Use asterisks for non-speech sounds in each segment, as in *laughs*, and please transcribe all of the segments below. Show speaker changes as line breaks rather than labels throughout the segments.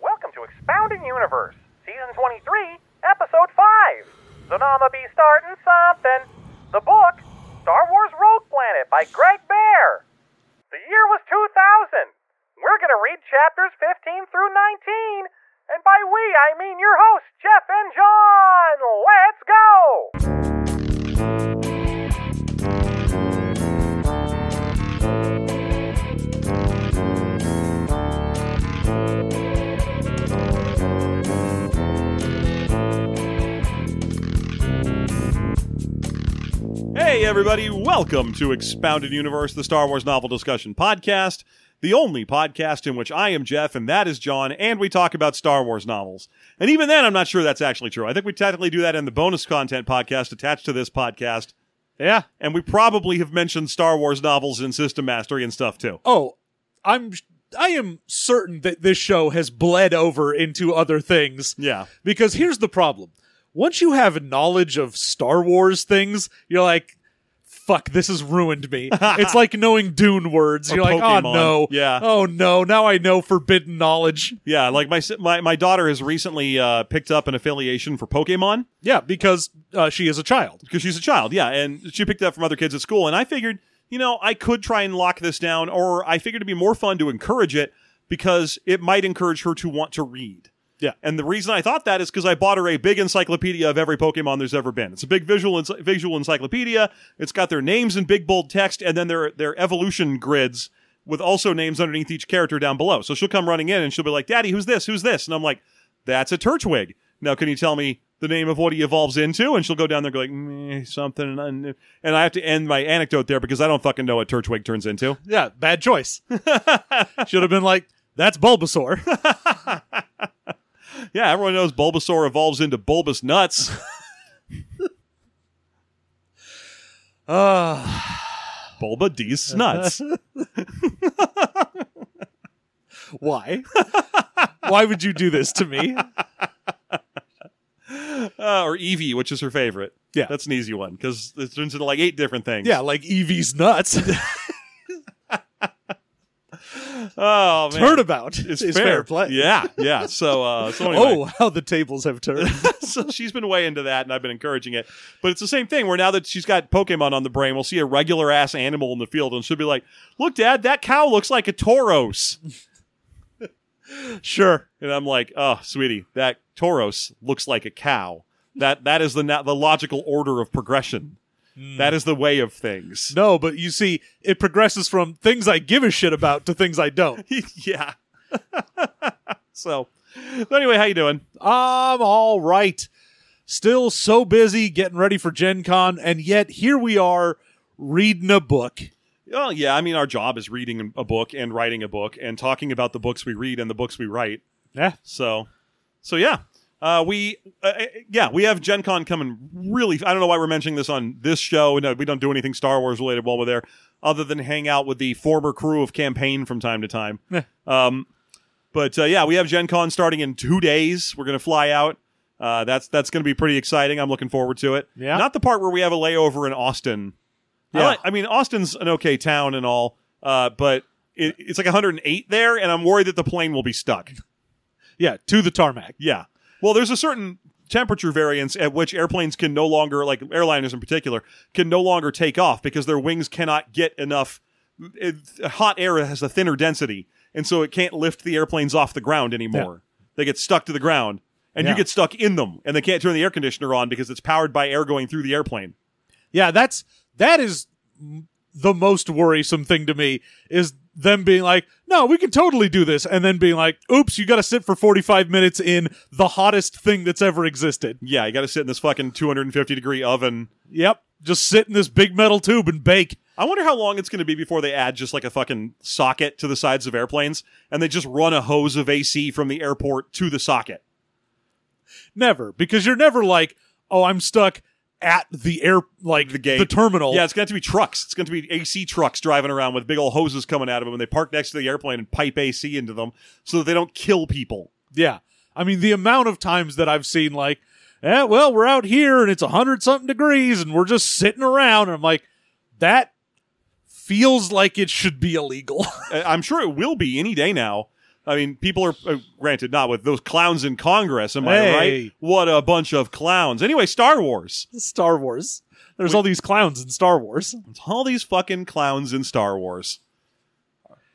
Welcome to Expounding Universe, Season 23, Episode 5. Sonama be starting something. The book, Star Wars Rogue Planet by Greg Bear. The year was 2000. We're going to read chapters 15 through 19. And by we, I mean your hosts, Jeff and John. Let's go!
Hey, everybody, welcome to Expounded Universe, the Star Wars Novel Discussion Podcast, the only podcast in which I am Jeff and that is John, and we talk about Star Wars novels. And even then, I'm not sure that's actually true. I think we technically do that in the bonus content podcast attached to this podcast,
Yeah.
and we probably have mentioned Star Wars novels and System Mastery and stuff too.
Oh, I'm I am certain that this show has bled over into other things.
Yeah.
Because here's the problem. Once you have knowledge of Star Wars things, you're like fuck, this has ruined
*laughs*
me. it's like knowing Dune words.
Or
you're like,
Pokemon.
"Oh no."
Yeah.
Oh no, now I know forbidden knowledge.
Yeah, like my si- my, my daughter has recently uh, picked up an affiliation for Pokemon.
Yeah, because uh, she is a child.
because she's a child, yeah, and she picked it up from other kids at school. And I figured, you know, I could try and lock this down, or I figured it'd be more fun to encourage it because it might encourage her to want to read.
Yeah.
And the reason I thought that is because I bought her a big encyclopedia of every Pokemon there's ever been. It's a big visual ens- visual encyclopedia. It's got their names in big bold text, and then their their evolution grids with also names underneath each character down below. So she'll come running in and she'll be like, "Daddy, who's this? Who's this?" And I'm like, "That's a Turtwig." Now, can you tell me the name of what he evolves into? And she'll go down there, and go like "Meh, something, and and I have to end my anecdote there because I don't fucking know what Turtwig turns into.
Yeah,
*laughs*
bad choice. Should have been like, that's Bulbasaur.
Yeah, everyone knows Bulbasaur evolves into bulbous
*laughs*
nuts.
Ah.
Bulba D's
*laughs*
nuts.
Why? *laughs* Why would you do this to me?
uh, or Eevee, which is her favorite.
Yeah.
that's an easy one because it turns into like eight different things.
Yeah, like
*laughs*
Evie's nuts.
Oh man,
Heard about.
It's
is
fair.
play.
Yeah, yeah. So, uh,
*laughs*
so anyway.
Oh, how the tables
*laughs*
have turned.
so she's been way into that, and I've been encouraging it. But it's the same thing where now that she's got Pokemon on the brain, we'll see a regular ass animal in the field, and she'll be like, "Look, Dad, that cow looks like a Tauros," *laughs*
sure.
and I'm like, "Oh, sweetie, that Tauros looks like a cow. That that is the na- the logical order of progression. That is the way of things." *laughs*
No, but you see, it progresses from things I give a shit about to things I don't.
yeah. *laughs* so, so anyway, how you doing?
I'm all right. Still so busy getting ready for Gen Con, and yet here we are reading a book.
Well, yeah, I mean, our job is reading a book and writing a book and talking about the books we read and the books we write.
Yeah.
So, so yeah, uh, we uh, uh, yeah we have Gen Con coming. Really, I don't know why we're mentioning this on this show. No, we don't do anything Star Wars related while we're there, other than hang out with the former crew of Campaign from time to time.
Yeah.
um, but uh, yeah, we have Gen Con starting in two days. We're gonna fly out. Uh, that's that's going to be pretty exciting. I'm looking forward to it.
Yeah.
Not the part where we have a layover in Austin. I,
Yeah.
like- I mean, Austin's an okay town and all, uh, but it, it's like 108 there, and I'm worried that the plane will be stuck.
Yeah, to the tarmac.
Yeah. Well, there's a certain temperature variance at which airplanes can no longer, like airliners in particular, can no longer take off because their wings cannot get enough. It, hot air has a thinner density, and so it can't lift the airplanes off the ground anymore. They get stuck to the ground, and you
Yeah.
get stuck in them, and they can't turn the air conditioner on because it's powered by air going through the airplane.
Yeah, that's that is m- the most worrisome thing to me is them being like, no, we can totally do this. And then being like, oops, you got to sit for 45 minutes in the hottest thing that's ever existed.
Yeah, you got to sit in this fucking 250 degree oven.
Yep. Just sit in this big metal tube and bake.
I wonder how long it's going to be before they add just like a fucking socket to the sides of airplanes and they just run a hose of AC from the airport to the socket.
Never. Because you're never like, oh, I'm stuck at the air, like
The gate.
terminal.
Yeah, it's going to have to be trucks. It's going to be AC trucks driving around with big old hoses coming out of them and they park next to the airplane and pipe AC into them so that they don't kill people.
Yeah. I mean, the amount of times that I've seen, like, eh, well, we're out here and it's 100 something degrees and we're just sitting around. And I'm like, that feels like it should be illegal. *laughs*
I- I'm sure it will be any day now. I mean, people are uh, granted not with those clowns in Congress. Am
Hey.
I right? What a bunch of clowns. Anyway, Star Wars.
Star Wars. There's all these clowns in Star Wars.
all these fucking clowns in Star Wars.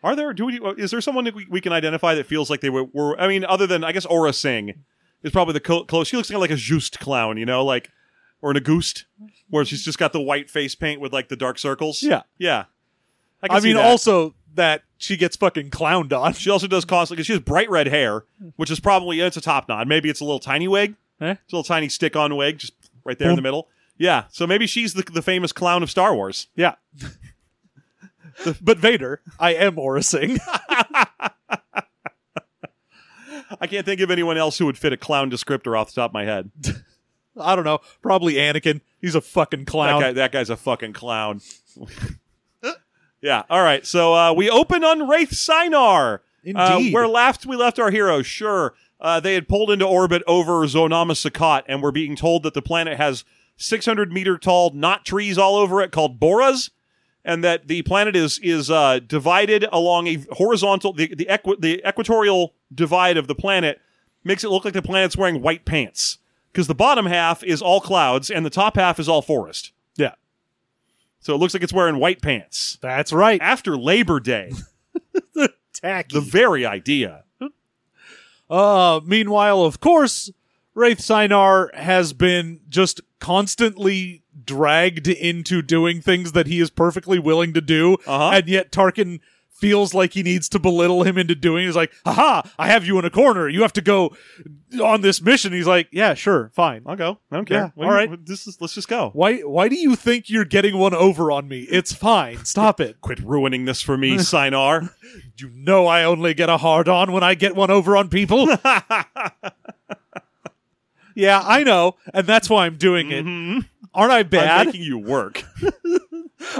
Are there? Do we? Is there someone that we, we can identify that feels like they were, were? I mean, other than I guess Aura Singh is probably the co- close. She looks kind of like a Just clown, you know, like or an Agust, where she's just got the white face paint with like the dark circles.
Yeah.
yeah. can
I
see
mean,
that.
also that she gets fucking clowned on. *laughs*
she also does cosplay because she has bright red hair, which is probably it's a top knot. Maybe it's a little tiny wig.
Eh?
It's a little tiny stick on wig, just right there in
Boom.
the middle. Yeah, so maybe she's the, the famous clown of Star Wars.
Yeah. but Vader, I am Aura Singh. *laughs*
I can't think of anyone else who would fit a clown descriptor off the top of my head.
I don't know. Probably Anakin. He's a fucking
That
clown.
guy, that guy's a fucking clown. yeah. All right. So uh, we open on Wraith Sinar. Uh,
Indeed.
where left we left our heroes. Sure. Uh, they had pulled into orbit over Zonama Sakat and were being told that the planet has 600 meter tall knot trees all over it called boras, and that the planet is is uh, divided along a horizontal the the, equi- the equatorial divide of the planet makes it look like the planet's wearing white pants because the bottom half is all clouds and the top half is all forest.
Yeah.
So it looks like it's wearing white pants.
That's right.
After Labor Day,
Tacky.
the very idea.
Uh, meanwhile, of course, Wraith Sinar has been just constantly dragged into doing things that he is perfectly willing to do,
Uh-huh.
and yet Tarkin feels like he needs to belittle him into doing. it. He's like, "Haha, I have you in a corner. You have to go on this mission." He's like, "Yeah, sure, fine."
I'll go. I don't care.
Yeah,
What do
all
you-
right.
what- This is, let's just go.
Why? Why do you think you're getting one over on me? It's fine. Stop it.
Quit ruining this for *laughs* me, Sinar.
You know I only get a hard on when I get one over
*laughs*
on people. yeah, I know, and that's why I'm doing it. Aren't I
Mm-hmm. I'm
bad?
making you work.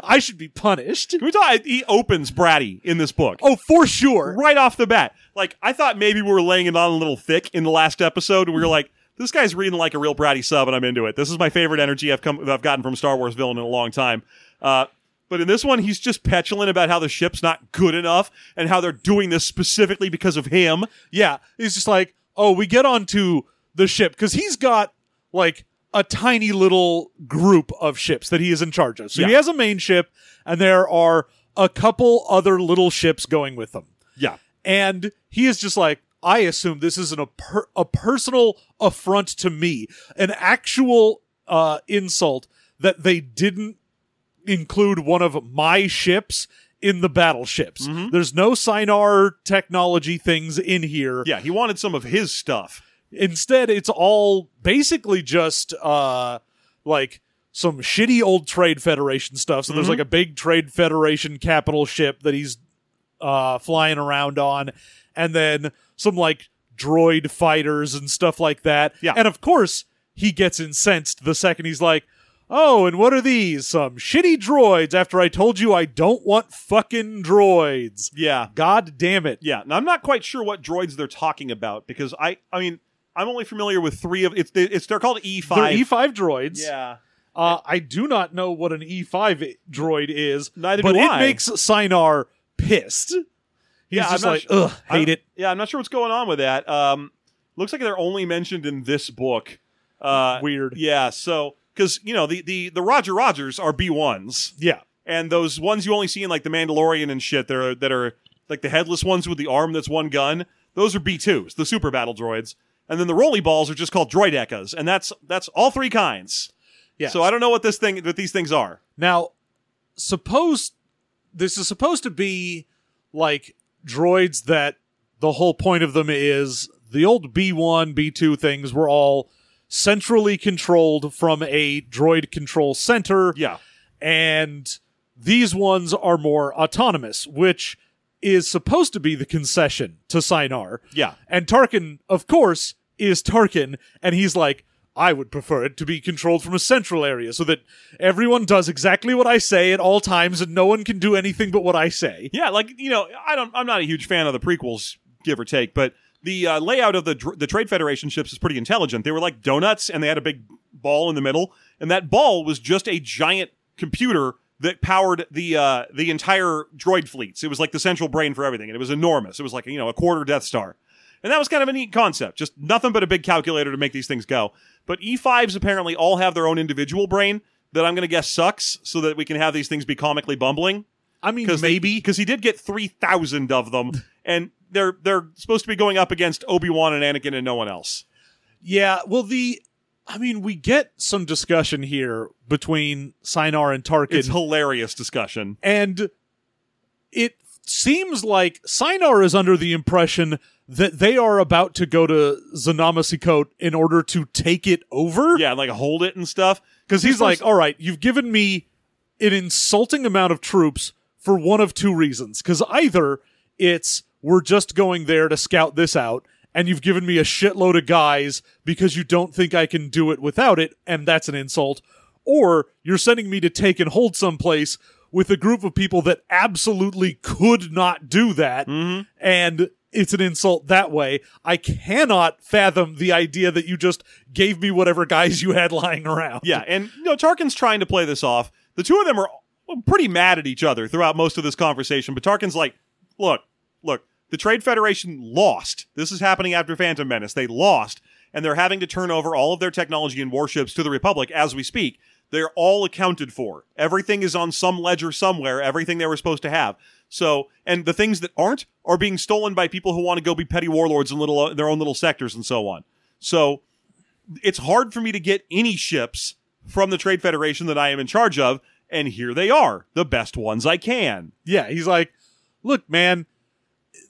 I should be punished.
Can we talk? He opens Bratty in this book.
Oh, for sure.
Right off the bat. Like, I thought maybe we were laying it on a little thick in the last episode. We were like, this guy's reading like a real Bratty sub, and I'm into it. This is my favorite energy I've come, I've gotten from Star Wars villain in a long time. Uh, but in this one, he's just petulant about how the ship's not good enough and how they're doing this specifically because of him.
Yeah, he's just like, oh, we get onto the ship because he's got like a tiny little group of ships that he is in charge of. So he
Yeah.
has a main ship, and there are a couple other little ships going with them.
Yeah.
and he is just like i assume this is an, a, per- a personal affront to me an actual uh, insult that they didn't include one of my ships in the battleships there's no sinar technology things in here
Yeah. He wanted some of his stuff.
instead it's all basically just uh like some shitty old trade federation stuff so
Mm-hmm.
there's like a big trade federation capital ship that he's uh flying around on and then some like droid fighters and stuff like that
Yeah.
and of course he gets incensed the second he's like oh and what are these some shitty droids after i told you i don't want fucking droids
Yeah.
god damn it
Yeah, now I'm not quite sure what droids they're talking about because I, I mean, I'm only familiar with three of it's. they- It's they're called E5.
they're E e5 droids
Yeah,
Uh, I do not know what an E5 i- droid is.
Neither
but
do
it
I.
makes Sinar pissed. He's
yeah.
just
I'm not
like,
su-
ugh,
I'm-
hate it.
Yeah, I'm not sure what's going on with that. Um, looks like they're only mentioned in this book. Uh,
Weird.
Yeah, so because you know the the the Roger Rogers are B1s,
Yeah.
and those ones you only see in like the Mandalorian and shit that are that are like the headless ones with the arm that's one gun. Those are B2s, the super battle droids, and then the rolly balls are just called droid ekas, and that's that's all three kinds.
Yeah.
So I don't know what this thing, what these things are.
now, suppose this is supposed to be like droids that the whole point of them is the old B1, B2 things were all centrally controlled from a droid control center
Yeah.
and these ones are more autonomous, which is supposed to be the concession to Sinar.
Yeah.
And Tarkin, of course, is Tarkin, and he's like, I would prefer it to be controlled from a central area so that everyone does exactly what I say at all times and no one can do anything but what I say.
Yeah, like you know, I don't. I'm not a huge fan of the prequels, give or take, but the uh, layout of the dr- the Trade Federation ships is pretty intelligent. They were like donuts, and they had a big ball in the middle, and that ball was just a giant computer that powered the uh, the entire droid fleets. It was like the central brain for everything, and it was enormous. It was like you know a quarter Death Star. And that was kind of a neat concept. Just nothing but a big calculator to make these things go. But E5s apparently all have their own individual brain that I'm going to guess sucks so that we can have these things be comically bumbling
I mean,
because
maybe.
because he did get three thousand of them, and they're they're supposed to be going up against Obi Wan and Anakin and no one else.
Yeah, well, the. I mean, we get some discussion here between Sinar and Tarkin.
It's hilarious discussion.
and it seems like Sinar is under the impression that they are about to go to Zanamasikot in order to take it over.
Yeah, like hold it and stuff.
because he's like, all right, you've given me an insulting amount of troops for one of two reasons. Because either it's we're just going there to scout this out. And you've given me a shitload of guys because you don't think I can do it without it, and that's an insult. Or you're sending me to take and hold someplace with a group of people that absolutely could not do that, and it's an insult that way. I cannot fathom the idea that you just gave me whatever guys you had *laughs* lying around.
yeah, and you know Tarkin's trying to play this off. The two of them are pretty mad at each other throughout most of this conversation. But Tarkin's like, look, look, the Trade Federation lost. This is happening after Phantom Menace. They lost, and they're having to turn over all of their technology and warships to the Republic as we speak. They're all accounted for. Everything is on some ledger somewhere, everything they were supposed to have. So, and the things that aren't are being stolen by people who want to go be petty warlords in little their own little sectors and so on. So, it's hard for me to get any ships from the Trade Federation that I am in charge of, and here they are, the best ones I can.
Yeah, he's like, look, man,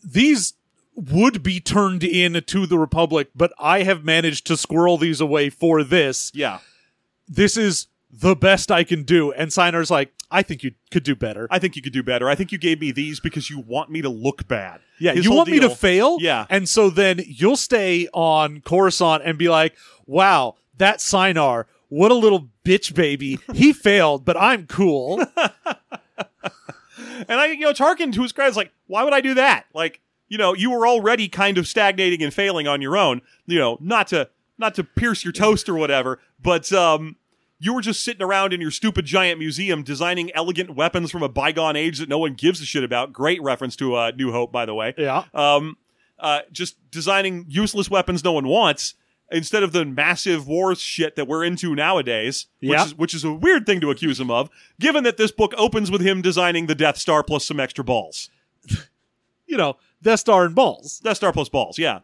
these would be turned in to the Republic, but I have managed to squirrel these away for this.
Yeah.
This is the best I can do. And Siner's like, I think you could do better.
I think you could do better. I think you gave me these because you want me to look bad.
yeah,
His
you
whole
want me
deal-
to fail?
Yeah.
And so then you'll stay on Coruscant and be like, wow, that Sinar, what a little bitch baby. He *laughs* failed, but
*laughs*
I'm cool.
And I, you know, Tarkin to his credit is like, why would I do that? Like, you know, you were already kind of stagnating and failing on your own. You know, not to not to pierce your toast or whatever, but um, you were just sitting around in your stupid giant museum designing elegant weapons from a bygone age that no one gives a shit about. Great reference to uh, New Hope, by the way.
yeah.
um, uh, just designing useless weapons no one wants instead of the massive war shit that we're into nowadays,
Yeah.
which, is, which is a weird thing to accuse him of, given that this book opens with him designing the Death Star plus some extra balls.
You know, Death Star and balls.
Death Star plus balls, yeah.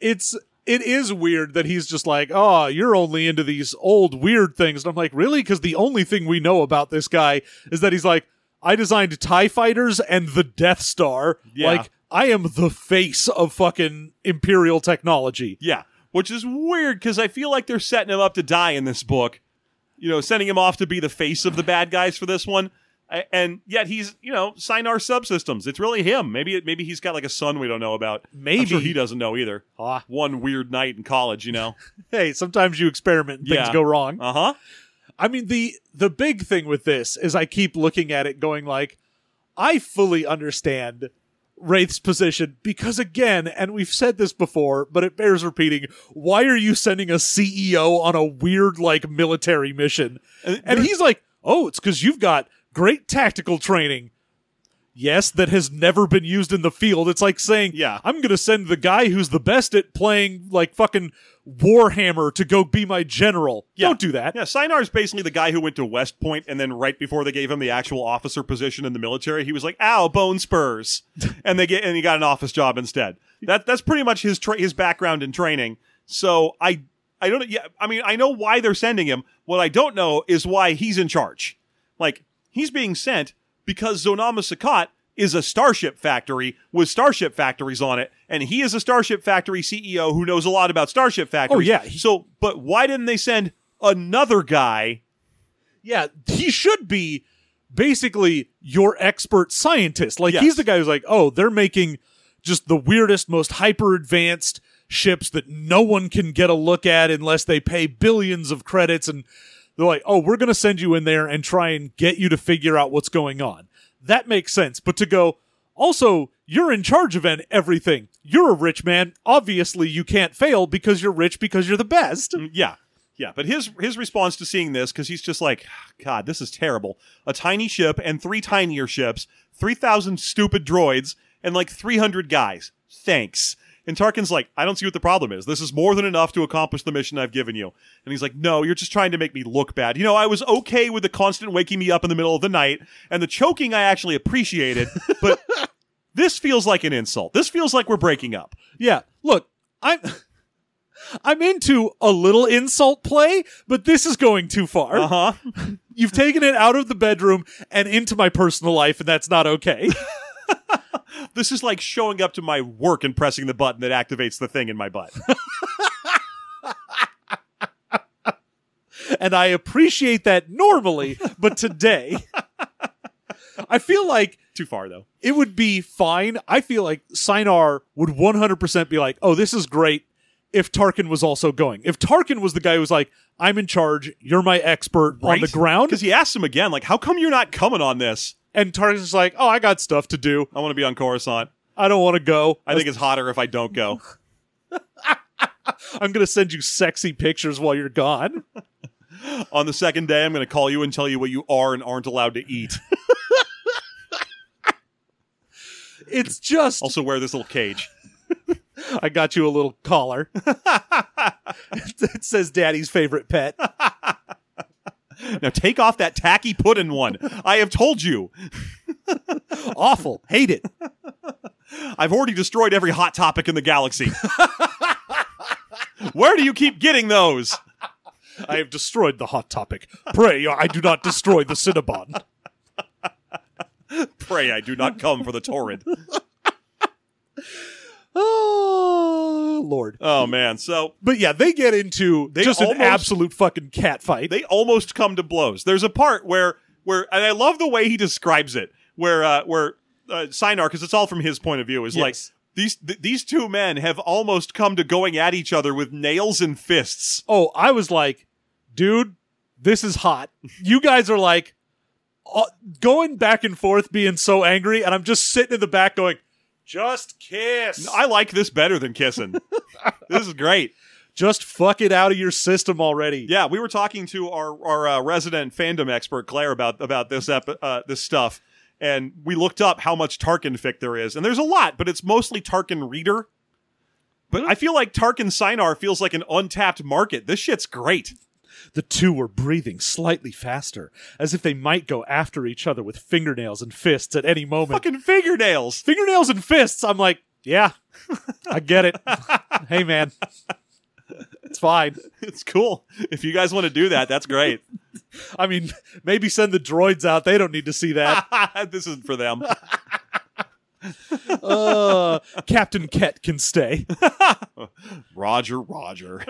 it's it is weird that he's just like, oh, you're only into these old weird things. And I'm like, really? Because the only thing we know about this guy is that he's like, I designed TIE fighters and the Death Star.
Yeah.
Like, I am the face of fucking Imperial technology.
Yeah. Which is weird because I feel like they're setting him up to die in this book. You know, sending him off to be the face of the bad guys for this one. A- And yet he's, you know, Sinar subsystems. It's really him. Maybe it, maybe he's got like a son we don't know about. I'm
Maybe.
sure he doesn't know either.
Ah.
One weird night in college, you know.
Hey, sometimes you experiment and things
Yeah.
go wrong.
Uh huh.
I mean the the big thing with this is I keep looking at it going like I fully understand Wraith's position because again, and we've said this before, but it bears repeating, why are you sending a CEO on a weird like military mission?
And-
And, he's like, "Oh, it's cuz you've got great tactical training." Yes, that has never been used in the field. It's like saying,
Yeah.
I'm going to send the guy who's the best at playing like fucking Warhammer to go be my general."
Yeah.
Don't do that.
Yeah, Sinar's basically the guy who went to West Point, and then right before they gave him the actual officer position in the military, he was like, "Ow, bone
*laughs*
spurs," and they get and he got an office job instead. That that's pretty much his tra- his background and training. So I I don't yeah I mean I know why they're sending him. What I don't know is why he's in charge. Like he's being sent because Zonama Sakat is a Starship Factory with Starship Factories on it, and he is a Starship Factory CEO who knows a lot about Starship Factories.
yeah.
So, but why didn't they send another guy?
Yeah, he should be basically your expert scientist. Like
Yes.
he's the guy who's like, "Oh, they're making just the weirdest, most hyper advanced ships that no one can get a look at unless they pay billions of credits." And they're like, "Oh, we're going to send you in there and try and get you to figure out what's going on." That makes sense. But to go, also, you're in charge of an everything. You're a rich man. Obviously, you can't fail because you're rich because you're the best.
Yeah. Yeah, but his his response to seeing this because he's just like, God, this is terrible. A tiny ship and three tinier ships, three thousand stupid droids, and like three hundred guys. Thanks. And Tarkin's like, I don't see what the problem is. This is more than enough to accomplish the mission I've given you. And he's like, No, you're just trying to make me look bad. You know, I was okay with the constant waking me up in the middle of the night and the choking. I actually appreciated, but this feels like an insult. This feels like we're breaking up.
Yeah. Look, I'm *laughs* I'm into a little insult play, but this is going too far.
Uh huh.
You've taken it out of the bedroom and into my personal life, and that's not okay.
This is like showing up to my work and pressing the button that activates the thing in my
*laughs*
butt.
and I appreciate that normally, but today I feel like
Too far though.
it would be fine. I feel like Sinar would 100% be like, oh, this is great if Tarkin was also going. If Tarkin was the guy who was like, I'm in charge, you're my expert on the ground,
Because he asked him again, like, how come you're not coming on this?
and Tarkin's just like, oh, I got stuff to do.
I want to be on Coruscant.
I don't want to go.
I think it's hotter if I don't
*laughs*
go.
I'm going to send you sexy pictures while you're gone.
on the second day, I'm going to call you and tell you what you are and aren't allowed to eat.
It's just
also, wear this little cage.
I got you a little collar. *laughs* it says daddy's favorite pet.
*laughs* Now, take off that tacky puddin' one. I have told you. *laughs*
Awful. Hate it.
I've already destroyed every hot topic in the
*laughs*
galaxy. Where do you keep getting those?
I have destroyed the hot topic. Pray I do not destroy the Cinnabon.
Pray I do not come for the
*laughs*
torrid.
Oh, Lord.
Oh, man. So,
But yeah, they get into
They
just
almost-
an absolute fucking cat fight.
they almost come to blows. There's a part where where and I love the way he describes it, where uh, where uh, Sinar, because it's all from his point of view, is
Yes.
like these th- these two men have almost come to going at each other with nails and fists.
oh, I was like, dude, this is hot. You guys are like uh, going back and forth, being so angry, and I'm just sitting in the back going, just kiss.
I like this better than kissing. this is great.
just fuck it out of your system already.
Yeah, we were talking to our our uh, resident fandom expert Claire about about this ep- uh, this stuff, and we looked up how much Tarkin fic there is, and there's a lot, but it's mostly Tarkin reader. But I feel like Tarkin Sinar feels like an untapped market. This shit's great.
The two were breathing slightly faster, as if they might go after each other with fingernails and fists at any moment.
Fucking fingernails. *laughs*
fingernails and fists. I'm like, yeah, I get it. hey, man, it's fine.
It's cool. If you guys want to do that, that's great. *laughs*
I mean, maybe send the droids out. They don't need to see that.
*laughs* this isn't for them.
Uh, Captain Ket can stay.
Roger, Roger.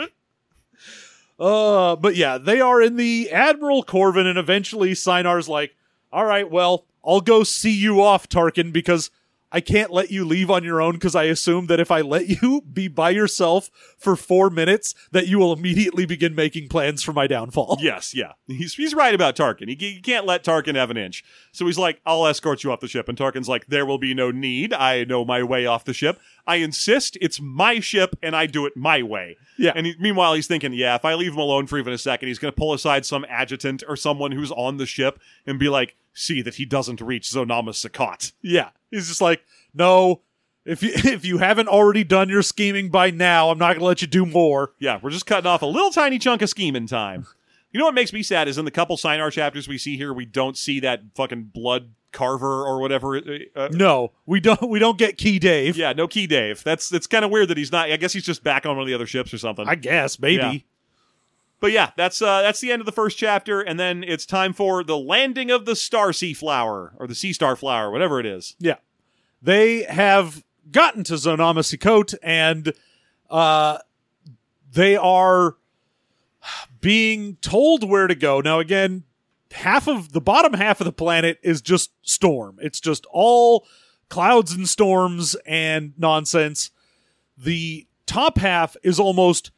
Uh, but yeah, they are in the Admiral Corvin, and eventually Sinar's like, all right, well, I'll go see you off, Tarkin, because I can't let you leave on your own because I assume that if I let you be by yourself for four minutes, that you will immediately begin making plans for my downfall.
Yes, yeah. He's he's right about Tarkin. He, he can't let Tarkin have an inch. So he's like, "I'll escort you off the ship." And Tarkin's like, "There will be no need. I know my way off the ship. I insist. It's my ship, and I do it my way."
Yeah.
And he, meanwhile, he's thinking, "Yeah, if I leave him alone for even a second, he's going to pull aside some adjutant or someone who's on the ship and be like." See that he doesn't reach Zonama Sakat.
Yeah. He's just like, no, if you, *laughs* if you haven't already done your scheming by now, I'm not going to let you do more.
Yeah, we're just cutting off a little tiny chunk of scheming time. You know what makes me sad is in the couple Sinar chapters we see here, we don't see that fucking blood carver or whatever. uh, Uh,
No, we don't, we don't get Key Dave.
yeah, no key Dave. That's it's kind of weird that he's not. I guess he's just back on one of the other ships or something.
I guess, maybe.
But yeah, that's uh, that's the end of the first chapter, and then it's time for the landing of the star sea flower or the sea star flower, whatever it is.
Yeah. They have gotten to Zonama Sikot and uh, they are being told where to go. Now, again, half of the bottom half of the planet is just storm, it's just all clouds and storms and nonsense. The top half is almost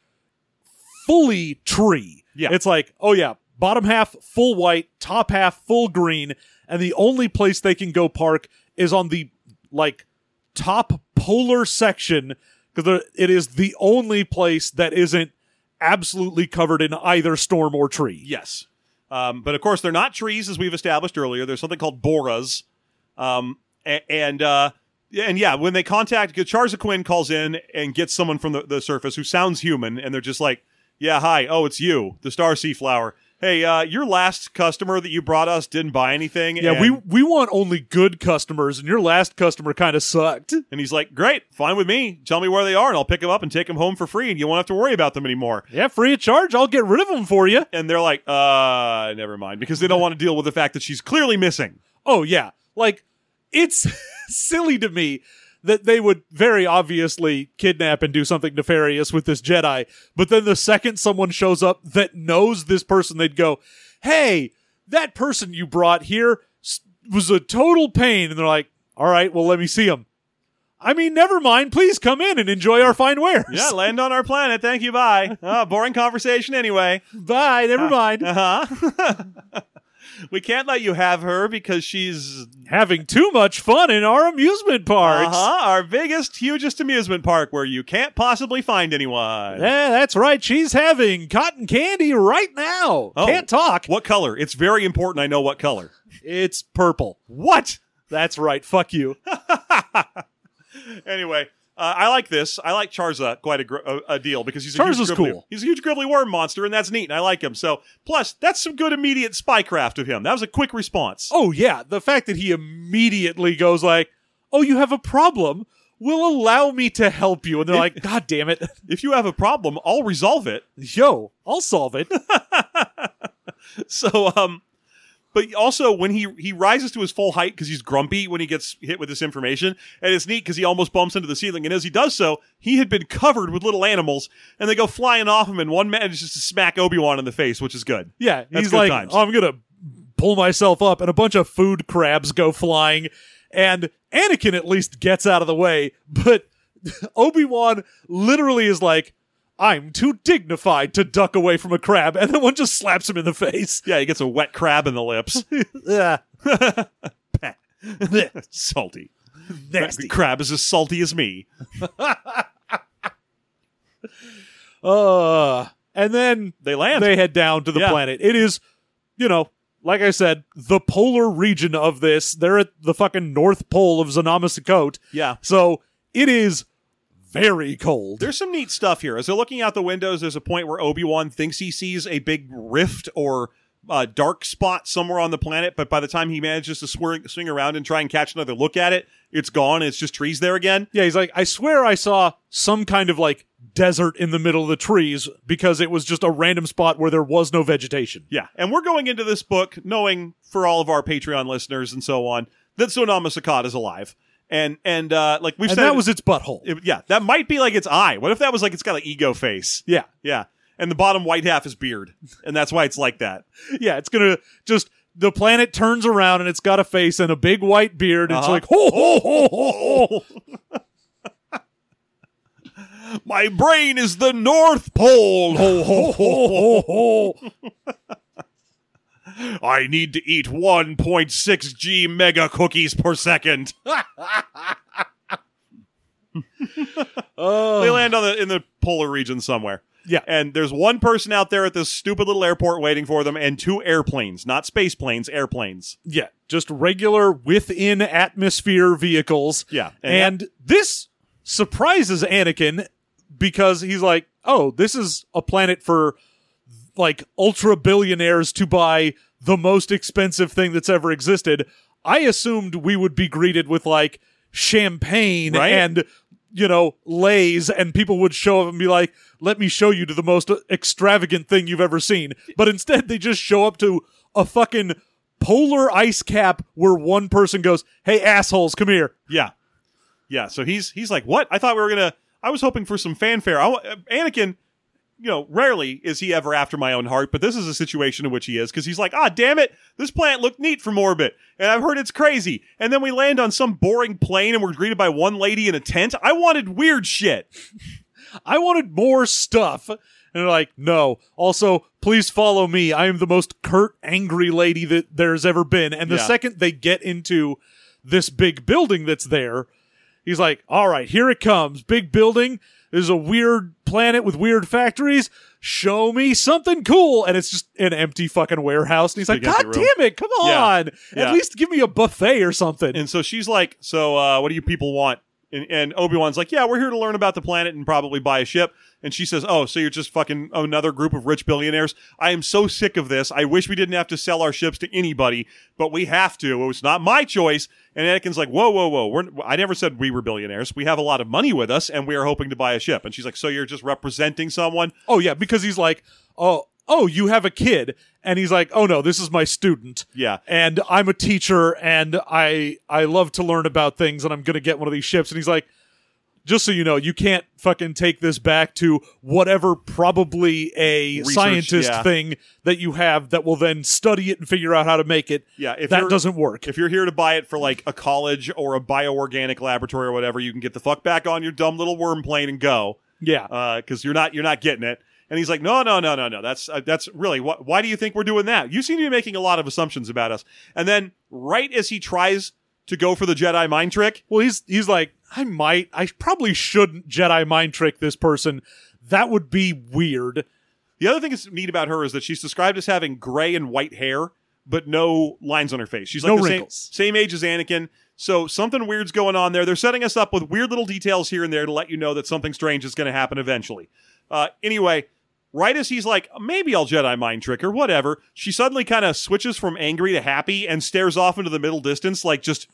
fully tree.
Yeah.
It's like, oh yeah, bottom half full white, top half full green, and the only place they can go park is on the like top polar section because it is the only place that isn't absolutely covered in either storm or tree.
Yes, um, but of course they're not trees, as we've established earlier. There's something called boras, um, a- and uh, yeah, and yeah, when they contact Charza Quinn calls in and gets someone from the, the surface who sounds human, and they're just like, "Yeah, hi, oh, it's you, the star sea flower." Hey, uh, your last customer that you brought us didn't buy anything.
Yeah,
and-
we we want only good customers, and your last customer kind of sucked.
And he's like, "Great, fine with me. Tell me where they are, and I'll pick them up and take them home for free, and you won't have to worry about them anymore."
Yeah, free of charge. I'll get rid of them for you.
And they're like, "Uh, never mind," because they don't want to deal with the fact that she's clearly missing.
Oh yeah. Like it's *laughs* silly to me that they would very obviously kidnap and do something nefarious with this Jedi, but then the second someone shows up that knows this person, they'd go, "Hey, that person you brought here s- was a total pain." And they're like, "All right, well let me see him." I mean, never mind. Please come in and enjoy our fine wares. *laughs*
Yeah, land on our planet. Thank you. Bye. Uh, boring conversation anyway.
Bye. Never
*laughs*
mind.
Uh huh. we can't let you have her because she's
Having too much fun in our amusement
uh-huh,
parks.
our biggest, hugest amusement park where you can't possibly find anyone.
Yeah, that's right. She's having cotton candy right now.
Oh.
Can't talk.
What color? It's very important. I know what color.
It's purple.
What?
That's right. Fuck you.
anyway, uh, I like this. I like Charza quite a, gr- a, a deal because he's a huge
Charza's
gribbly-
cool.
He's a huge gribbly worm monster, and that's neat. And I like him. So, plus, that's some good immediate spycraft of him. That was a quick response.
*laughs* Oh yeah, the fact that he immediately goes like, "Oh, you have a problem? Will allow me to help you." And they're like, "God damn *laughs* it,
If you have a problem, I'll resolve it.
yo, I'll solve *laughs* it."
So, um, but also when he he rises to his full height because he's grumpy when he gets hit with this information, and it's neat because he almost bumps into the ceiling, and as he does so, he had been covered with little animals, and they go flying off him, and one manages to smack Obi Wan in the face, which is good.
Yeah,
That's
he's
good
like,
times.
"Oh, I'm gonna pull myself up," and a bunch of food crabs go flying, and Anakin at least gets out of the way, but *laughs* Obi Wan literally is like. I'm too dignified to duck away from a crab, and then one just slaps him in the face. *laughs*
Yeah, he gets a wet crab in the lips. *laughs*
Ugh,
Salty.
nasty.
The crab is as salty as me.
Uh, and then
They land.
they head down to the
Yeah.
planet. It is, you know, like I said, the polar region of this. They're at the fucking North Pole of Zanamasakote.
yeah.
So it is very cold.
There's some neat stuff here. As they're looking out the windows, there's a point where Obi Wan thinks he sees a big rift or uh, dark spot somewhere on the planet, but by the time he manages to swir- swing around and try and catch another look at it, it's gone. It's just trees there again.
Yeah, he's like, I swear I saw some kind of like desert in the middle of the trees because it was just a random spot where there was no vegetation.
Yeah. And we're going into this book knowing for all of our Patreon listeners and so on that Sonama Sakat is alive. And and uh, like we've
And
said,
that was its butthole.
it- yeah, that might be like its eye. What if that was like it's got an ego face?
yeah.
Yeah. And the bottom white half is beard. And that's why it's like that.
Yeah, it's gonna just the planet turns around and it's got a face and a big white beard. And
Uh-huh.
It's like ho ho ho ho ho.
My brain is the North Pole. Ho, ho, ho, ho, ho. I need to eat 1.6 G mega cookies per second.
Uh,
They land on the in the polar region somewhere.
Yeah.
And there's one person out there at this stupid little airport waiting for them and two airplanes, not space planes, airplanes.
yeah, just regular within atmosphere vehicles.
Yeah,
and,
and-
this surprises Anakin because he's like, "Oh, this is a planet for like ultra billionaires to buy the most expensive thing that's ever existed." I assumed we would be greeted with like champagne
Right?
and you know, lays and people would show up and be like, let me show you to the most extravagant thing you've ever seen. But instead, they just show up to a fucking polar ice cap where one person goes, hey, assholes, come here.
Yeah, yeah. So he's he's like, what? I thought we were gonna. I was hoping for some fanfare. I, wa- Anakin, you know, rarely is he ever after my own heart, but this is a situation in which he is because he's like, ah, damn it, this planet looked neat from orbit, and I've heard it's crazy. And then we land on some boring plane and we're greeted by one lady in a tent. I wanted weird shit.
I wanted more stuff. And they're like, no. Also, please follow me. I am the most curt, angry lady that there's ever been. And the
Yeah.
second they get into this big building that's there, he's like, all right, here it comes. Big building. There's a weird planet with weird factories. Show me something cool. And it's just an empty fucking warehouse. And he's like,
Big empty
God
room.
damn it. Come
Yeah.
on.
Yeah.
At least give me a buffet or something.
And so she's like, "So, uh, what do you people want?" And, and Obi Wan's like, "Yeah, we're here to learn about the planet and probably buy a ship." And she says, "Oh, so you're just fucking another group of rich billionaires? I am so sick of this. I wish we didn't have to sell our ships to anybody, but we have to. It was not my choice." And Anakin's like, "Whoa, whoa, whoa! We're, I never said we were billionaires. We have a lot of money with us, and we are hoping to buy a ship." And she's like, "So you're just representing someone?"
Oh yeah, because he's like, oh, oh, you have a kid, and he's like, oh no, this is my student.
Yeah.
and I'm a teacher, and I I love to learn about things, and I'm gonna get one of these ships. And he's like, just so you know, you can't fucking take this back to whatever probably a
Research,
scientist
yeah.
thing that you have that will then study it and figure out how to make it.
Yeah, if
that
you're-
doesn't work.
If you're here to buy it for like a college or a bioorganic laboratory or whatever, you can get the fuck back on your dumb little worm plane and go.
yeah,
uh, because you're not you're not getting it. And he's like, no, no, no, no, no. That's uh, that's really wh- why do you think we're doing that? You seem to be making a lot of assumptions about us. And then right as he tries to go for the Jedi mind trick,
Well, he's he's like, I might, I probably shouldn't Jedi mind trick this person. That would be weird.
the other thing that's neat about her is that she's described as having gray and white hair, but no lines on her face. She's like
No
the same,
wrinkles.
same age as Anakin. So something weird's going on there. They're setting us up with weird little details here and there to let you know that something strange is going to happen eventually. Uh, anyway, right as he's like, maybe I'll Jedi mind trick or whatever, she suddenly kind of switches from angry to happy and stares off into the middle distance, like just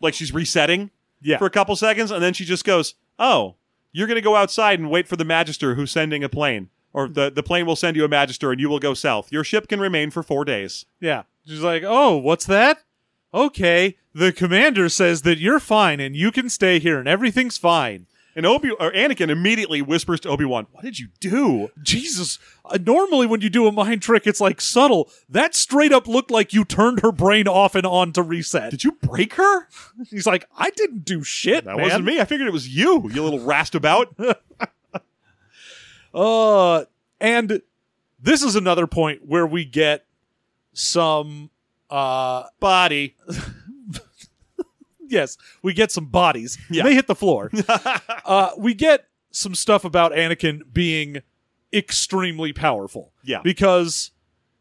like she's resetting
Yeah.
for a couple seconds, and then she just goes, "Oh, you're going to go outside and wait for the Magister who's sending a plane." Or the, the plane will send you a magister and you will go south. Your ship can remain for four days.
Yeah. She's like, oh, what's that? Okay. The commander says that you're fine and you can stay here and everything's fine.
And Obi or Anakin immediately whispers to Obi Wan, "What did you do?"
Jesus. Uh, normally, when you do a mind trick, it's like subtle. That straight up looked like you turned her brain off and on to reset.
Did you break her?
He's like, I didn't do shit.
That
man.
wasn't me. I figured it was you, you little *laughs* rastabout.
Uh, and this is another point where we get some. Uh,
Body.
*laughs* yes, we get some bodies.
Yeah.
They hit the floor.
*laughs*
uh, we get some stuff about Anakin being extremely powerful.
Yeah.
Because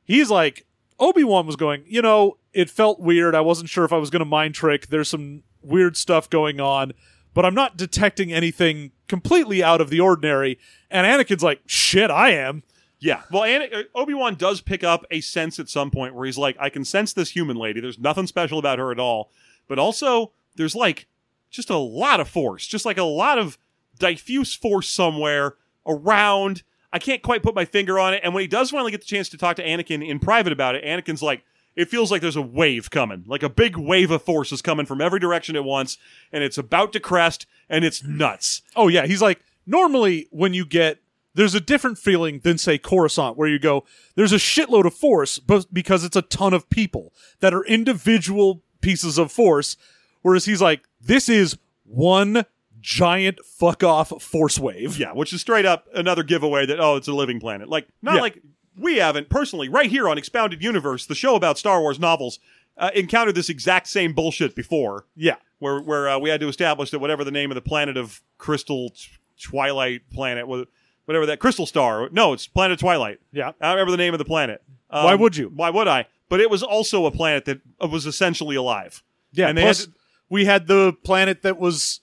he's like, Obi Wan was going, you know, it felt weird. I wasn't sure if I was going to mind trick. There's some weird stuff going on, but I'm not detecting anything completely out of the ordinary. And Anakin's like, shit, I am.
Yeah. Well, Ana- Obi Wan does pick up a sense at some point where he's like, I can sense this human lady. There's nothing special about her at all. But also, there's like just a lot of force, just like a lot of diffuse force somewhere around. I can't quite put my finger on it. And when he does finally get the chance to talk to Anakin in private about it, Anakin's like, it feels like there's a wave coming, like a big wave of force is coming from every direction at once, and it's about to crest, and it's nuts.
Oh yeah, he's like normally when you get there's a different feeling than say Coruscant where you go there's a shitload of force but because it's a ton of people that are individual pieces of force whereas he's like this is one giant fuck off force wave.
Yeah, which is straight up another giveaway that oh, it's a living planet. Like not
Yeah.
like we haven't personally right here on Expounded Universe, the show about Star Wars novels, uh, encountered this exact same bullshit before,
Yeah.
where where uh, we had to establish that whatever the name of the planet of Crystal t- Twilight planet was, whatever that Crystal Star. No, it's Planet Twilight.
Yeah.
I don't remember the name of the planet. Um,
Why would you?
Why would I? But it was also a planet that uh, was essentially alive.
Yeah,
and they
plus
had to-
we had the planet that was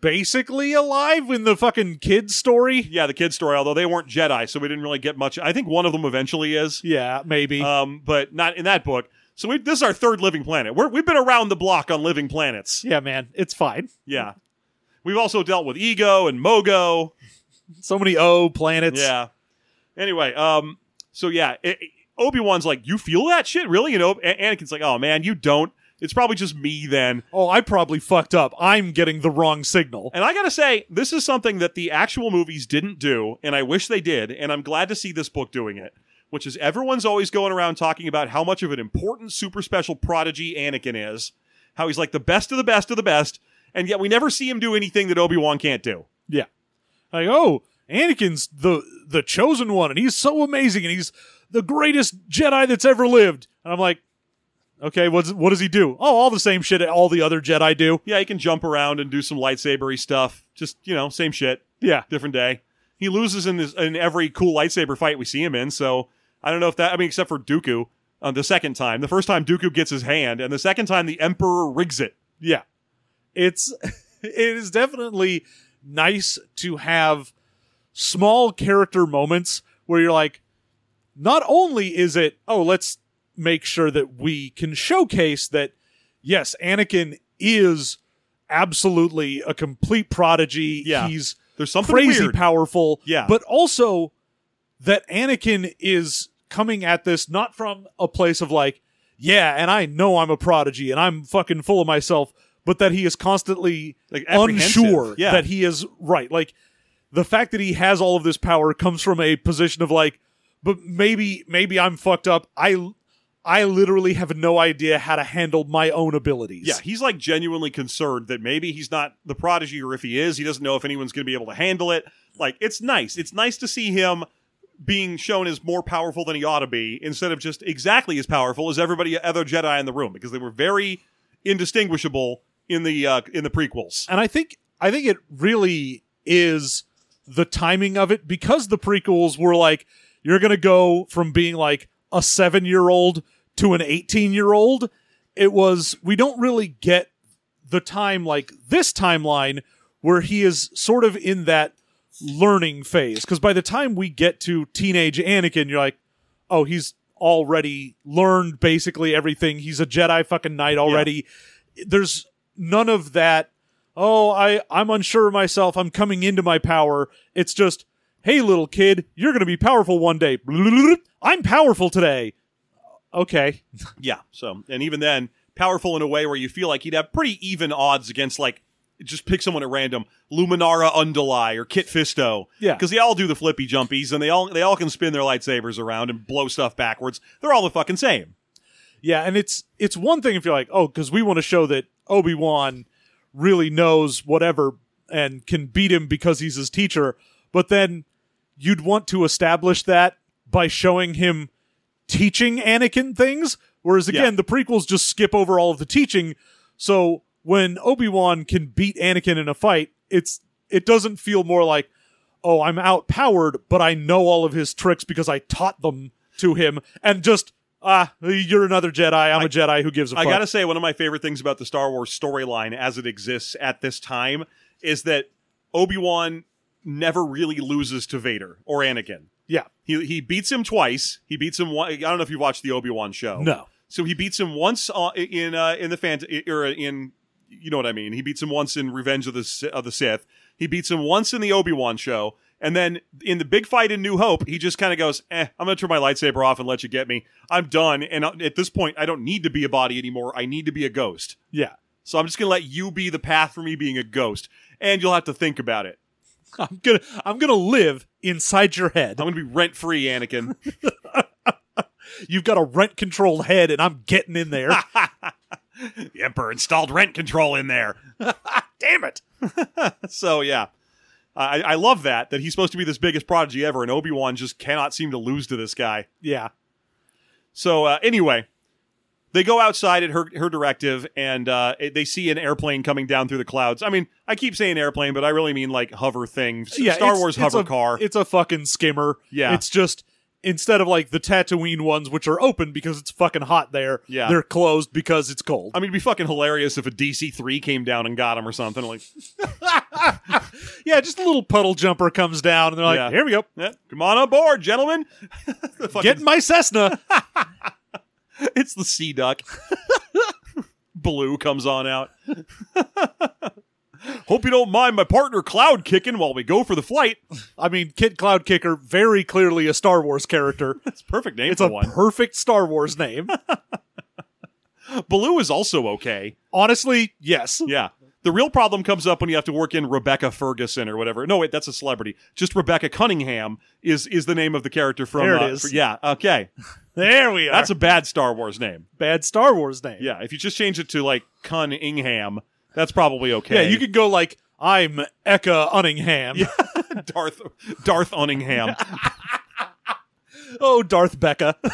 basically alive in the fucking kid story.
yeah, the kid story. Although they weren't Jedi, so we didn't really get much. I think one of them eventually is.
Yeah, maybe.
um, but not in that book. So we, this is our third living planet. We're, we've been around the block on living planets.
yeah, man, it's fine.
Yeah, We've also dealt with Ego and Mogo.
So many O planets.
yeah. Anyway, um, so yeah, Obi Wan's like, you feel that shit, really? You know, A- Anakin's like, oh man, you don't. It's probably just me then.
Oh, I probably fucked up. I'm getting the wrong signal.
And I gotta say, this is something that the actual movies didn't do, and I wish they did, and I'm glad to see this book doing it. Which is everyone's always going around talking about how much of an important super special prodigy Anakin is, how he's like the best of the best of the best, and yet we never see him do anything that Obi Wan can't do.
Yeah. Like, oh, Anakin's the the chosen one, and he's so amazing, and he's the greatest Jedi that's ever lived. And I'm like, okay, what's what does he do? Oh, all the same shit all the other Jedi do.
Yeah, he can jump around and do some lightsabery stuff. Just you know, same shit,
Yeah.
different day. He loses in this, in every cool lightsaber fight we see him in. So I don't know if that. I mean, except for Dooku, uh, the second time. The first time Dooku gets his hand, and the second time the Emperor rigs it.
Yeah. It's *laughs* it is definitely nice to have small character moments where you're like not only is it oh let's make sure that we can showcase that yes Anakin is absolutely a complete prodigy
Yeah.
he's
There's something
crazy
weird.
powerful
Yeah.
but also that Anakin is coming at this not from a place of like, yeah, and I know I'm a prodigy and I'm fucking full of myself, but that he is constantly
Like, apprehensive.
unsure
Yeah.
that he is right. Like the fact that he has all of this power comes from a position of like, but maybe maybe I'm fucked up. I I literally have no idea how to handle my own abilities.
yeah, he's like genuinely concerned that maybe he's not the prodigy, or if he is, he doesn't know if anyone's going to be able to handle it. Like, it's nice. It's nice to see him being shown as more powerful than he ought to be, instead of just exactly as powerful as everybody other Jedi in the room, because they were very indistinguishable in the uh, in the prequels.
and I think I think it really is the timing of it because the prequels were like you're gonna go from being like a seven year old to an eighteen year old. It was we don't really get the time like this timeline where he is sort of in that learning phase because by the time we get to teenage Anakin, you're like, oh, he's already learned basically everything. He's a Jedi fucking knight already. There's none of that. Oh, I I'm unsure of myself. I'm coming into my power. It's just, hey, little kid, you're gonna be powerful one day. I'm powerful today. Okay.
Yeah. So, and even then, powerful in a way where you feel like he'd have pretty even odds against like just pick someone at random, Luminara Unduli or Kit Fisto.
Yeah.
Because they all do the flippy jumpies and they all they all can spin their lightsabers around and blow stuff backwards. They're all the fucking same.
Yeah, and it's it's one thing if you're like, oh, because we want to show that Obi Wan really knows whatever and can beat him because he's his teacher, but then you'd want to establish that by showing him teaching Anakin things. Whereas again,
Yeah.
the prequels just skip over all of the teaching. So when Obi Wan can beat Anakin in a fight, it's it doesn't feel more like, oh, I'm outpowered, but I know all of his tricks because I taught them to him, and just ah, you're another Jedi. I'm a Jedi who gives a
I
fuck.
gotta say, one of my favorite things about the Star Wars storyline as it exists at this time is that Obi Wan never really loses to Vader or Anakin.
yeah,
He he beats him twice. He beats him. One, I don't know if you've watched the Obi Wan show.
No.
So he beats him once uh, in uh, in the Fant or in you know what I mean. He beats him once in Revenge of the S- of the Sith. He beats him once in the Obi Wan show, and then in the big fight in New Hope, he just kind of goes, "Eh, I'm gonna turn my lightsaber off and let you get me. I'm done. And uh, at this point, I don't need to be a body anymore. I need to be a ghost.
yeah. *laughs*
So I'm just gonna let you be the path for me being a ghost, and you'll have to think about it.
I'm gonna I'm gonna live inside your head.
I'm gonna be rent free, Anakin. *laughs*
You've got a rent controlled head, and I'm getting in
*laughs*
there.
Ah, the Emperor installed rent control in there.
Damn it.
So yeah, I, I love that that he's supposed to be this biggest prodigy ever, and Obi Wan just cannot seem to lose to this guy.
Yeah.
So uh, anyway, they go outside at her her directive, and uh, it- they see an airplane coming down through the clouds. I mean, I keep saying airplane, but I really mean like hover thing, S-
yeah,
Star
it's-
Wars
it's
hover
a-
car.
It's a fucking skimmer.
Yeah.
It's just instead of like the Tatooine ones, which are open because it's fucking hot there.
Yeah. Um,
They're closed because it's cold.
I mean, it'd be fucking hilarious if a DC three came down and got him or something. Like,
yeah, just a little puddle jumper comes down, and they're like,
Yeah.
"Here we go,
eh, come on aboard, gentlemen. *laughs* The fucking-
get in my Cessna."
*laughs* it's *laughs* the sea duck. Blue comes on out. *laughs* Hope you don't mind my partner Cloud kicking while we go for the flight.
I mean, Kid Cloud Kicker, very clearly a Star Wars
*laughs*
character.
It's a perfect name
It's
for
a
one.
perfect Star Wars
*laughs*
name.
Baloo is also okay.
Honestly, yes.
Yeah. The real problem comes up when you have to work in Rebecca Ferguson or whatever. No, wait, that's a celebrity. Just Rebecca Cunningham is is the name of the character from.
There it
uh,
is.
fr- yeah. Okay.
There we are.
That's a bad Star Wars name.
bad Star Wars name.
Yeah. If you just change it to like Cunningham, that's probably okay.
Yeah, you could go like, I'm Eka Unningham.
*laughs* Darth Darth Unningham.
*laughs* Oh, Darth Becca. *laughs*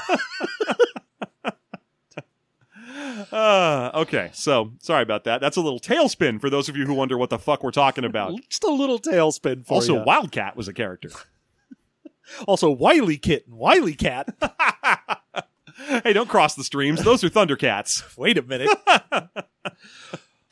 Uh, okay, so sorry about that. That's a little tailspin for those of you who wonder what the fuck we're talking about.
Just a little tailspin for
Also,
ya.
Wildcat was a character.
Also, Wiley Kitten,
*laughs*
Wiley Cat.
hey, don't cross the streams. Those are Thundercats.
Wait a minute.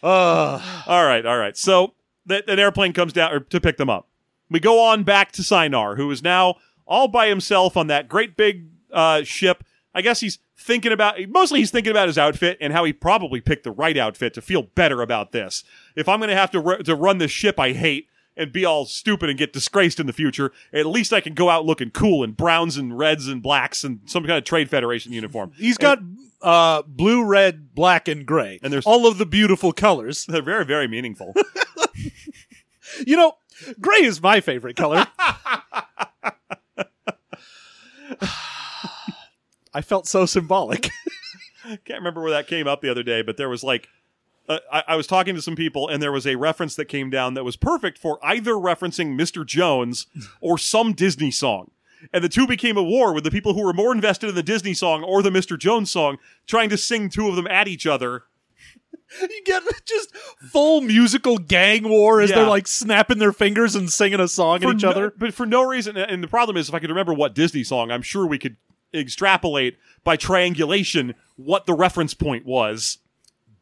uh,
All right, all right. So th- an airplane comes down or, to pick them up. We go on back to Sinar, who is now all by himself on that great big uh, ship. I guess he's thinking about mostly he's thinking about his outfit and how he probably picked the right outfit to feel better about this. If I'm going to have to ru- to run this ship I hate and be all stupid and get disgraced in the future, at least I can go out looking cool in browns and reds and blacks and some kind of trade federation uniform. *laughs*
he's got uh, blue, red, black, and gray.
And there's-
all of the beautiful colors.
They're very very meaningful.
You know, gray is my favorite *laughs* color. I felt so symbolic. *laughs*
can't remember where that came up the other day, but there was like, uh, I, I was talking to some people, and there was a reference that came down that was perfect for either referencing Mr. Jones or some Disney song. And the two became a war with the people who were more invested in the Disney song or the Mr. Jones song trying to sing two of them at each other.
you get just full musical gang war as
Yeah.
they're like snapping their fingers and singing a song
for
at each
no-
other.
But for no reason. And the problem is, if I could remember what Disney song, I'm sure we could extrapolate by triangulation what the reference point was.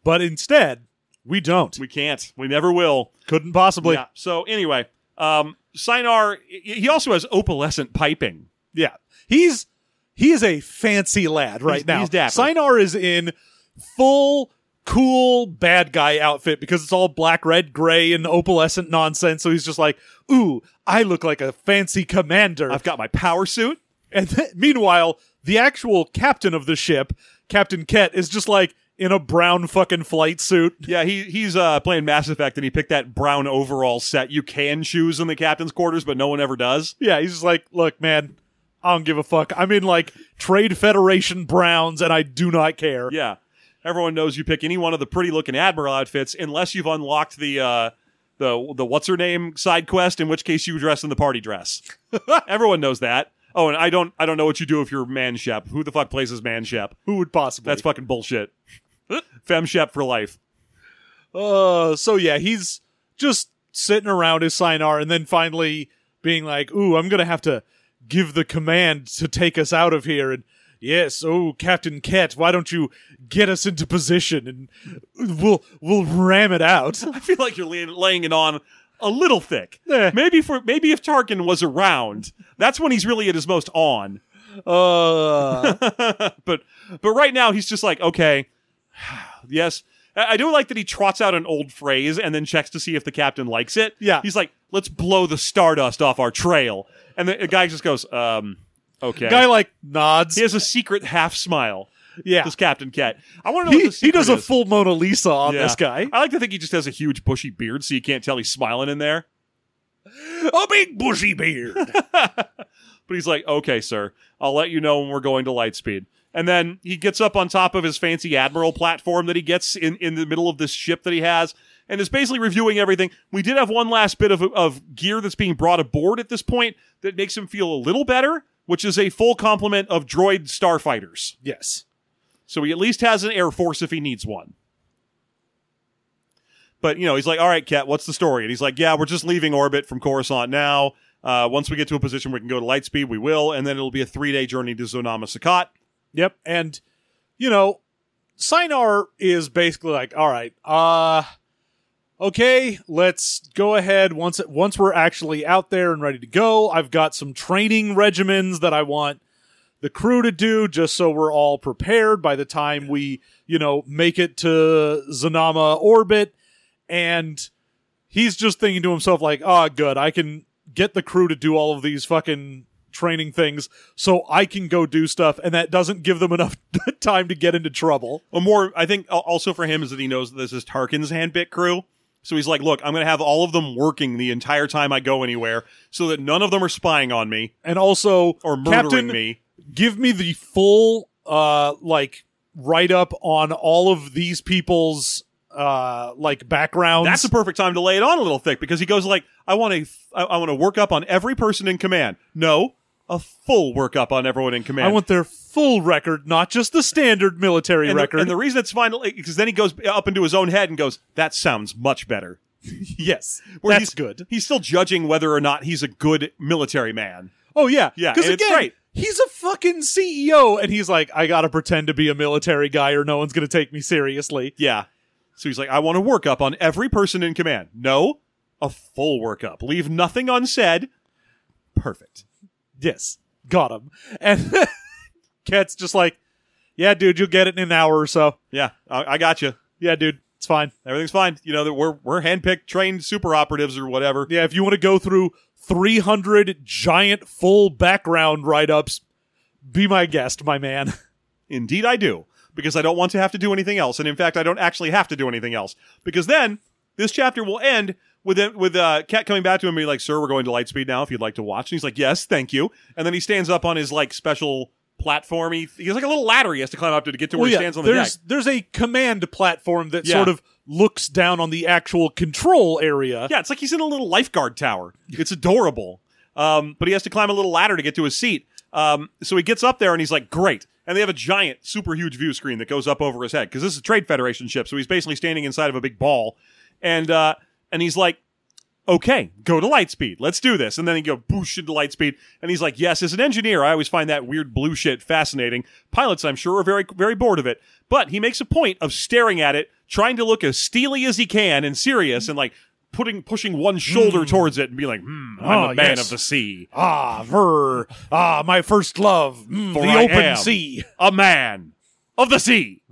But instead, we don't.
We can't. We never will.
couldn't possibly.
yeah. So anyway, um, Sinar he- he also has opalescent piping.
Yeah. He's he is a fancy lad right
He's-
now.
he's dapper.
Sinar is in full cool bad guy outfit because it's all black, red, gray, and opalescent nonsense. So he's just like, ooh, I look like a fancy commander.
I've got my power suit.
and th- *laughs* meanwhile, the actual captain of the ship, Captain Ket, is just like in a brown fucking flight suit. *laughs*
Yeah, he he's uh, playing Mass Effect and he picked that brown overall set you can choose in the captain's quarters, but no one ever does.
Yeah, he's just like, look, man, I don't give a fuck. I'm in like Trade Federation Browns and I do not care.
Yeah, everyone knows you pick any one of the pretty looking admiral outfits unless you've unlocked the uh, the the what's her name side quest, in which case you dress in the party *laughs* dress. everyone knows that. Oh, and I don't I don't know what you do if you're man shep. Who the fuck plays as man shep?
Who would possibly?
That's fucking *laughs* bullshit. Fem shep for life.
Uh, so yeah, he's just sitting around his Sinar and then finally being like, ooh, I'm gonna have to give the command to take us out of here and yes, oh Captain Ket, why don't you get us into position and we'll we'll ram it *laughs* out.
I *laughs* feel like you're laying, laying it on a little thick.
Eh.
Maybe for maybe if Tarkin was around, that's when he's really at his most on.
Uh
*laughs* But but right now he's just like, okay, *sighs* yes. I I do like that he trots out an old phrase and then checks to see if the captain likes it.
Yeah.
he's like, "Let's blow the stardust off our trail," and the, the guy just goes, "Um, okay."
guy like nods.
he has a secret half smile.
yeah.
This Captain Cat. I want to know.
He,
what the
he does a
secret is.
full Mona Lisa on
Yeah.
this guy.
I like to think he just has a huge bushy beard, so you can't tell he's smiling in there.
*laughs* A big bushy beard.
But he's like, okay, sir, I'll let you know when we're going to lightspeed. And then he gets up on top of his fancy admiral platform that he gets in, in the middle of this ship that he has and is basically reviewing everything. We did have one last bit of, of gear that's being brought aboard at this point that makes him feel a little better, which is a full complement of droid starfighters.
yes.
So he at least has an Air Force if he needs one. But, you know, he's like, all right, Cat, what's the story? And he's like, yeah, we're just leaving orbit from Coruscant now. Uh, once we get to a position where we can go to light speed, we will. And then it'll be a three day journey to Zonama Sakat.
Yep. And, you know, Sinar is basically like, all right, uh, okay, let's go ahead. Once, once we're actually out there and ready to go, I've got some training regimens that I want the crew to do just so we're all prepared by the time we, you know, make it to Zanama orbit. And he's just thinking to himself like, "Ah, good, I can get the crew to do all of these fucking training things, so I can go do stuff," and that doesn't give them enough *laughs* time to get into trouble.
Well, more, I think al- also for him is that he knows that this is Tarkin's handpicked crew. So he's like, look, I'm going to have all of them working the entire time I go anywhere so that none of them are spying on me
And also,
or murdering
Captain,
me.
give me the full uh like write up on all of these people's uh like backgrounds.
That's a perfect time to lay it on a little thick because he goes like, I want a, I, I want to work up on every person in command. No, a full work up on everyone in command.
I want their full record, not just the standard military
and
record.
The, and the reason it's finally because then he goes up into his own head and goes, "That sounds much better."
*laughs* yes,
Where
that's
he's,
good.
He's still judging whether or not he's a good military man.
Oh yeah,
Yeah,
Because
and it's
again,
great.
he's a fucking CEO, and he's like, I gotta pretend to be a military guy, or no one's gonna take me seriously.
Yeah. So he's like, "I want to work up on every person in command." No, a full work up. Leave nothing unsaid. Perfect.
Yes, got him. And *laughs* Cat's just like, Yeah, dude, you'll get it in an hour or so.
Yeah, I, I got you.
Yeah, dude, it's fine.
Everything's fine. You know that we're we're handpicked, trained super operatives or whatever.
Yeah, if you want to go through 300 giant full background write ups, be my guest, my man.
Indeed, I do, because I don't want to have to do anything else. And in fact, I don't actually have to do anything else, because then this chapter will end with it- with uh, Cat coming back to him and being like, "Sir, we're going to Lightspeed now. If you'd like to watch," and he's like, "Yes, thank you." And then he stands up on his like special platformy. He's like a little ladder he has to climb up to, to get to *laughs* where he stands on the deck.
there's, there's a command platform that
Yeah.
sort of looks down on the actual control area.
Yeah, it's like he's in a little lifeguard tower. It's adorable. Um, but he has to climb a little ladder to get to his seat. Um, so he gets up there and he's like, great. And they have a giant, super huge view screen that goes up over his head because this is a Trade Federation ship. So he's basically standing inside of a big ball. And, uh, and he's like, okay, go to Lightspeed. Let's do this. And then he go boosh into Lightspeed. And he's like, yes, as an engineer, I always find that weird blue shit fascinating. Pilots, I'm sure, are very, very bored of it. But he makes a point of staring at it, trying to look as steely as he can and serious and like putting, pushing one shoulder towards it and being like, hmm, I'm
Ah,
a man
yes.
of the sea.
Ah, ver. Ah, my first love. Mm,
For
the
I
open
am
sea.
A man of the sea.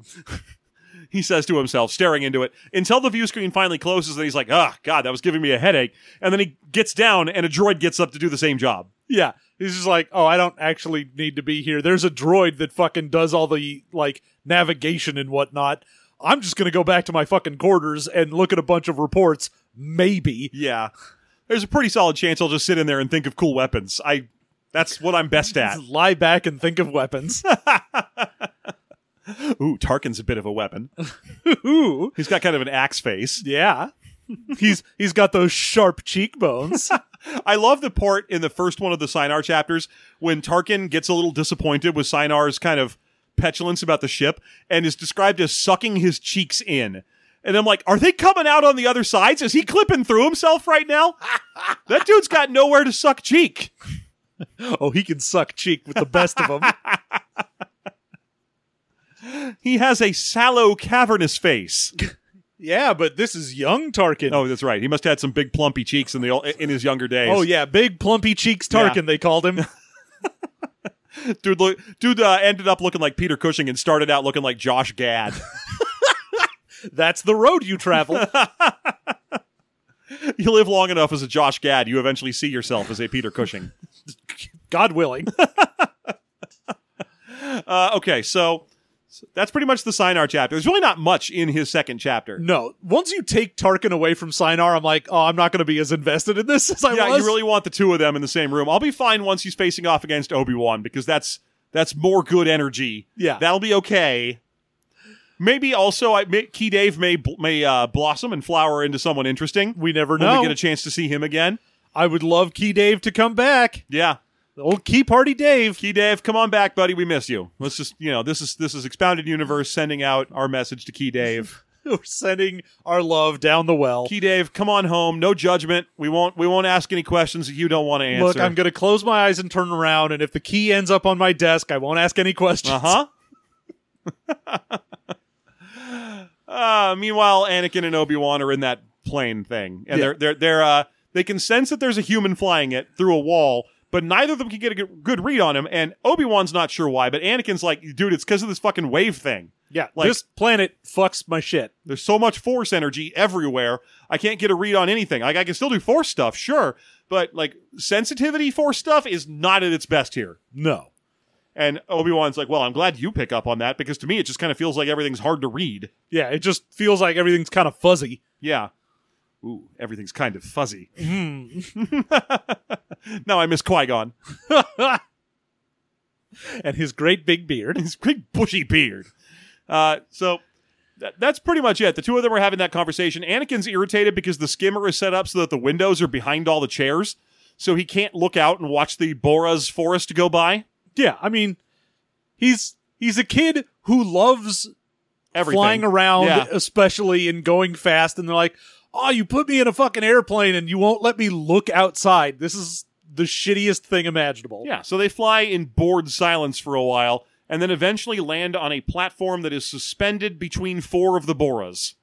*laughs* he says to himself, staring into it, until the view screen finally closes and he's like, ah, God, that was giving me a headache. And then he gets down and a droid gets up to do the same job.
Yeah. He's just like, oh, I don't actually need to be here. There's a droid that fucking does all the like navigation and whatnot. I'm just gonna go back to my fucking quarters and look at a bunch of reports. Maybe.
Yeah. There's a pretty solid chance I'll just sit in there and think of cool weapons. I that's what I'm best
*laughs*
at.
Just lie back and think of weapons. *laughs*
Ooh, Tarkin's a bit of a weapon.
Ooh,
He's got kind of an axe face.
yeah. *laughs* he's he's got those sharp *laughs* cheekbones.
I love the part in the first one of the Sinar chapters when Tarkin gets a little disappointed with Sinar's kind of petulance about the ship and is described as sucking his cheeks in. And I'm like, are they coming out on the other sides? Is he clipping through himself right now? that dude's got nowhere to suck cheek.
oh, he can suck cheek with the best of them. *laughs*
He has a sallow, cavernous face.
yeah, but this is young Tarkin.
Oh, that's right. He must have had some big plumpy cheeks in the ol- in his younger days.
Oh, yeah, big plumpy cheeks Tarkin.
Yeah.
They called *laughs* him.
dude, look, dude uh, ended up looking like Peter Cushing and started out looking like Josh *laughs* Gad.
That's the road
*laughs*
you travel.
you live long enough as a Josh Gad, you eventually see yourself as a Peter Cushing.
God willing.
Uh, okay, so, so that's pretty much the Sinar chapter. There's really not much in his second chapter.
No, once you take Tarkin away from Sinar, I'm like, oh, I'm not going to be as invested in this *laughs* as I
Yeah,
was.
you really want the two of them in the same room. I'll be fine once he's facing off against Obi Wan because that's that's more good energy.
Yeah.
that'll be okay. Maybe also, I may, Key Dave may bl- may uh, blossom and flower into someone interesting.
we never
when
know.
we get a chance to see him again.
I would love Key Dave to come back.
Yeah,
Old Key
*laughs*
Party Dave.
Key Dave, come on back, buddy. We miss you. Let's just you know this is this is expounded universe sending out our message to Key
*laughs*
Dave.
We're sending our love down the well.
Key Dave, come on home. No judgment. We won't we won't ask any questions that you don't want to answer.
Look, I'm going to close my eyes and turn around, and if the key ends up on my desk, I won't ask any questions.
*laughs* Uh-huh. uh meanwhile, Anakin and Obi-Wan are in that plane thing. And
Yeah.
they're they're they're uh they can sense that there's a human flying it through a wall, But neither of them can get a g- good read on him, and Obi Wan's not sure why. But Anakin's like, dude, it's because of this fucking wave thing.
*laughs* Yeah,
Like-
this planet fucks my shit.
There's so much force energy everywhere. I can't get a read on anything. Like I can still do force stuff, sure, but like sensitivity force stuff is not at its best here.
No.
And Obi Wan's like, well, I'm glad you pick up on that because to me it just kind of feels like everything's hard to read.
Yeah, it just feels like everything's kind of fuzzy.
Yeah. Ooh, everything's kind of fuzzy. *laughs* now I miss Qui Gon.
And his great big beard.
His big bushy beard. Uh, so th- that's pretty much it. The two of them are having that conversation. Anakin's irritated because the skimmer is set up so that the windows are behind all the chairs, so he can't look out and watch the Bora's forest go by.
Yeah, I mean, he's he's a kid who loves
Everything
flying around,
Yeah.
especially and going fast. And they're like, "Oh, you put me in a fucking airplane and you won't let me look outside. This is the shittiest thing imaginable."
Yeah, so they fly in bored silence for a while, and then eventually land on a platform that is suspended between four of the Boras.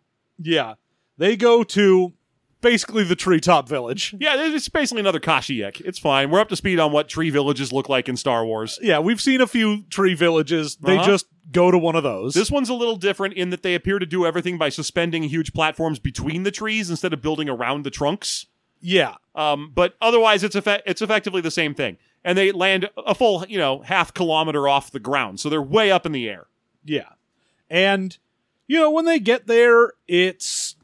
yeah. They go to basically the treetop village.
Yeah, it's basically another Kashyyyk. It's fine. We're up to speed on what tree villages look like in Star Wars.
Yeah, we've seen a few tree villages. They
Uh-huh.
just go to one of those.
This one's a little different in that they appear to do everything by suspending huge platforms between the trees instead of building around the trunks.
yeah.
Um, but otherwise, it's effe- it's effectively the same thing. And they land a full, you know, half kilometer off the ground, so they're way up in the air.
Yeah. And, you know, when they get there, it's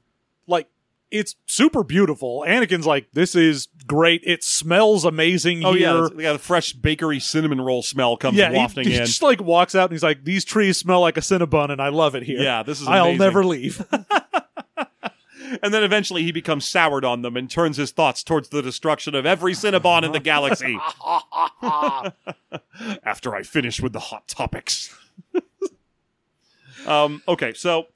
like, it's super beautiful. Anakin's like, this is great. It smells amazing
Oh
here.
yeah, it's- yeah, the fresh bakery cinnamon roll smell comes
yeah, he-
wafting
he,
in.
just like walks out and he's like, "These trees smell like a cinnabon, and I love it here.
Yeah, this is
I'll
amazing. *laughs*
never leave."
And then eventually he becomes soured on them and turns his thoughts towards the destruction of every Cinnabon in the galaxy. *laughs* After I finish with the hot topics. *laughs* um, okay, so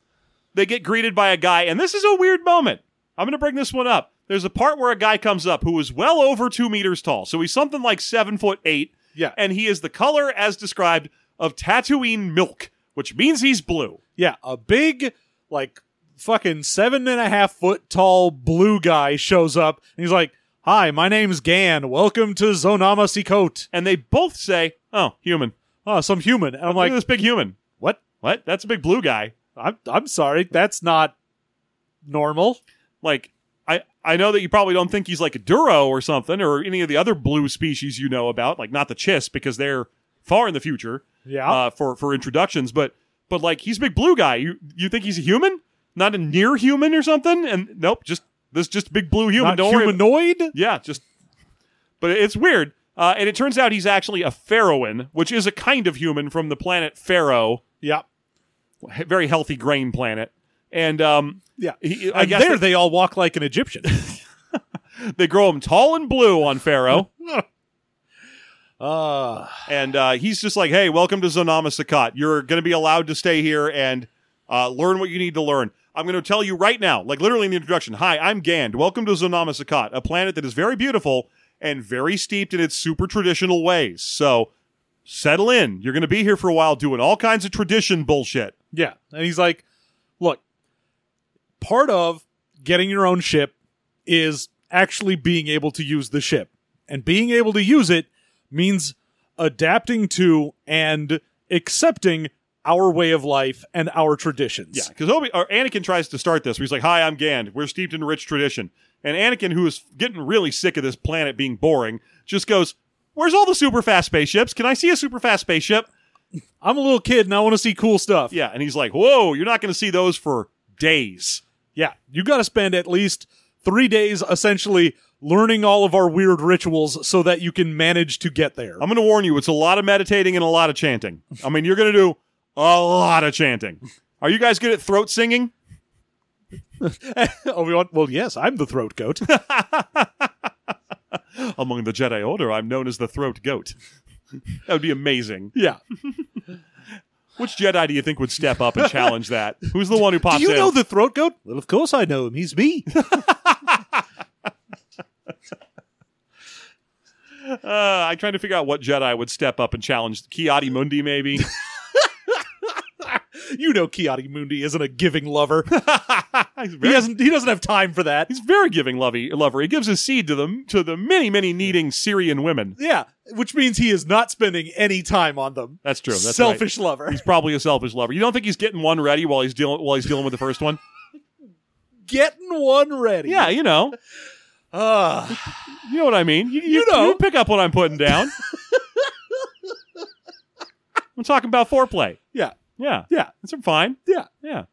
they get greeted by a guy, and this is a weird moment. I'm going to bring this one up. There's a part where a guy comes up who is well over two meters tall. So he's something like seven foot eight.
Yeah.
And he is the color, as described, of Tatooine milk, which means he's blue.
yeah, a big, like, fucking seven and a half foot tall blue guy shows up, and he's like, "Hi, my name's Gan. Welcome to Zonama Seacoat.
And they both say, oh, human.
Oh, some human." And I'm
Look *laughs*
like,
at this big human.
"What?
What? That's a big blue guy.
I'm I'm sorry, that's not normal."
Like, I I know that you probably don't think he's like a Duro or something or any of the other blue species you know about, like not the Chiss because they're far in the future.
Yeah.
Uh, for for introductions, but but like he's a big blue guy. You you think he's a human? Not a near human or something? And nope, just this just big blue human.
Not
don't worry.
humanoid.
Yeah, just. But it's weird. Uh, and it turns out he's actually a Pharaohan, which is a kind of human from the planet Pharaoh,
Yeah,
he- very healthy grain planet. And um,
yeah.
He- I
and
guess
there
that-
they all walk like an *laughs* Egyptian.
They grow him tall and blue on Pharaoh,
uh
and uh, he's just like, "Hey, welcome to Zonama Sakat. You're going to be allowed to stay here and uh, learn what you need to learn. I'm going to tell you right now, like literally in the introduction. Hi, I'm Gand. Welcome to Zonama Sakat, a planet that is very beautiful and very steeped in its super traditional ways. So settle in. You're going to be here for a while, doing all kinds of tradition bullshit.
Yeah. And he's like, look, part of getting your own ship is actually being able to use the ship. And being able to use it means adapting to and accepting our way of life and our traditions.
Yeah, because Obi or Anakin tries to start this. Where he's like, "Hi, I'm Gand. We're steeped in rich tradition." And Anakin, who is getting really sick of this planet being boring, just goes, "Where's all the super fast spaceships? Can I see a super fast spaceship?"
I'm a little kid and I want to see cool stuff.
Yeah, and he's like, "Whoa, you're not going to see those for days."
Yeah, you got to spend at least three days essentially learning all of our weird rituals so that you can manage to get there. *laughs*
I'm going to warn you, it's a lot of meditating and a lot of chanting. I mean, you're going to do a lot of chanting. Are you guys good at throat singing?
oh, we want, well, yes, I'm the throat goat.
Among the Jedi Order, I'm known as the throat goat. *laughs* that would be amazing.
*laughs* yeah.
Which Jedi do you think would step up and challenge that? Who's the one who pops
Do you
in?
know the throat goat? Well, of course I know him. He's me. *laughs*
Uh, I'm trying to figure out what Jedi would step up and challenge Kiati Mundi,
*laughs*
maybe.
*laughs* you know Kiati Mundi isn't a giving lover.
He's
He
very,
hasn't. He doesn't have time for that.
he's very giving lovey lover. He gives his seed to the to the many many needing Syrian women.
Yeah, which means he is not spending any time on them.
That's true. That's right.
Selfish lover.
He's probably a selfish lover. You don't think he's getting one ready while he's dealing while he's dealing with the first
*laughs*
one?
Getting one ready. Ah.
Yeah, you know,
Ugh.
you know what I mean. You,
You know.
you pick up what I'm putting
*laughs*
down. I'm talking about foreplay.
yeah.
Yeah,
Yeah.
that's fine.
Yeah.
Yeah.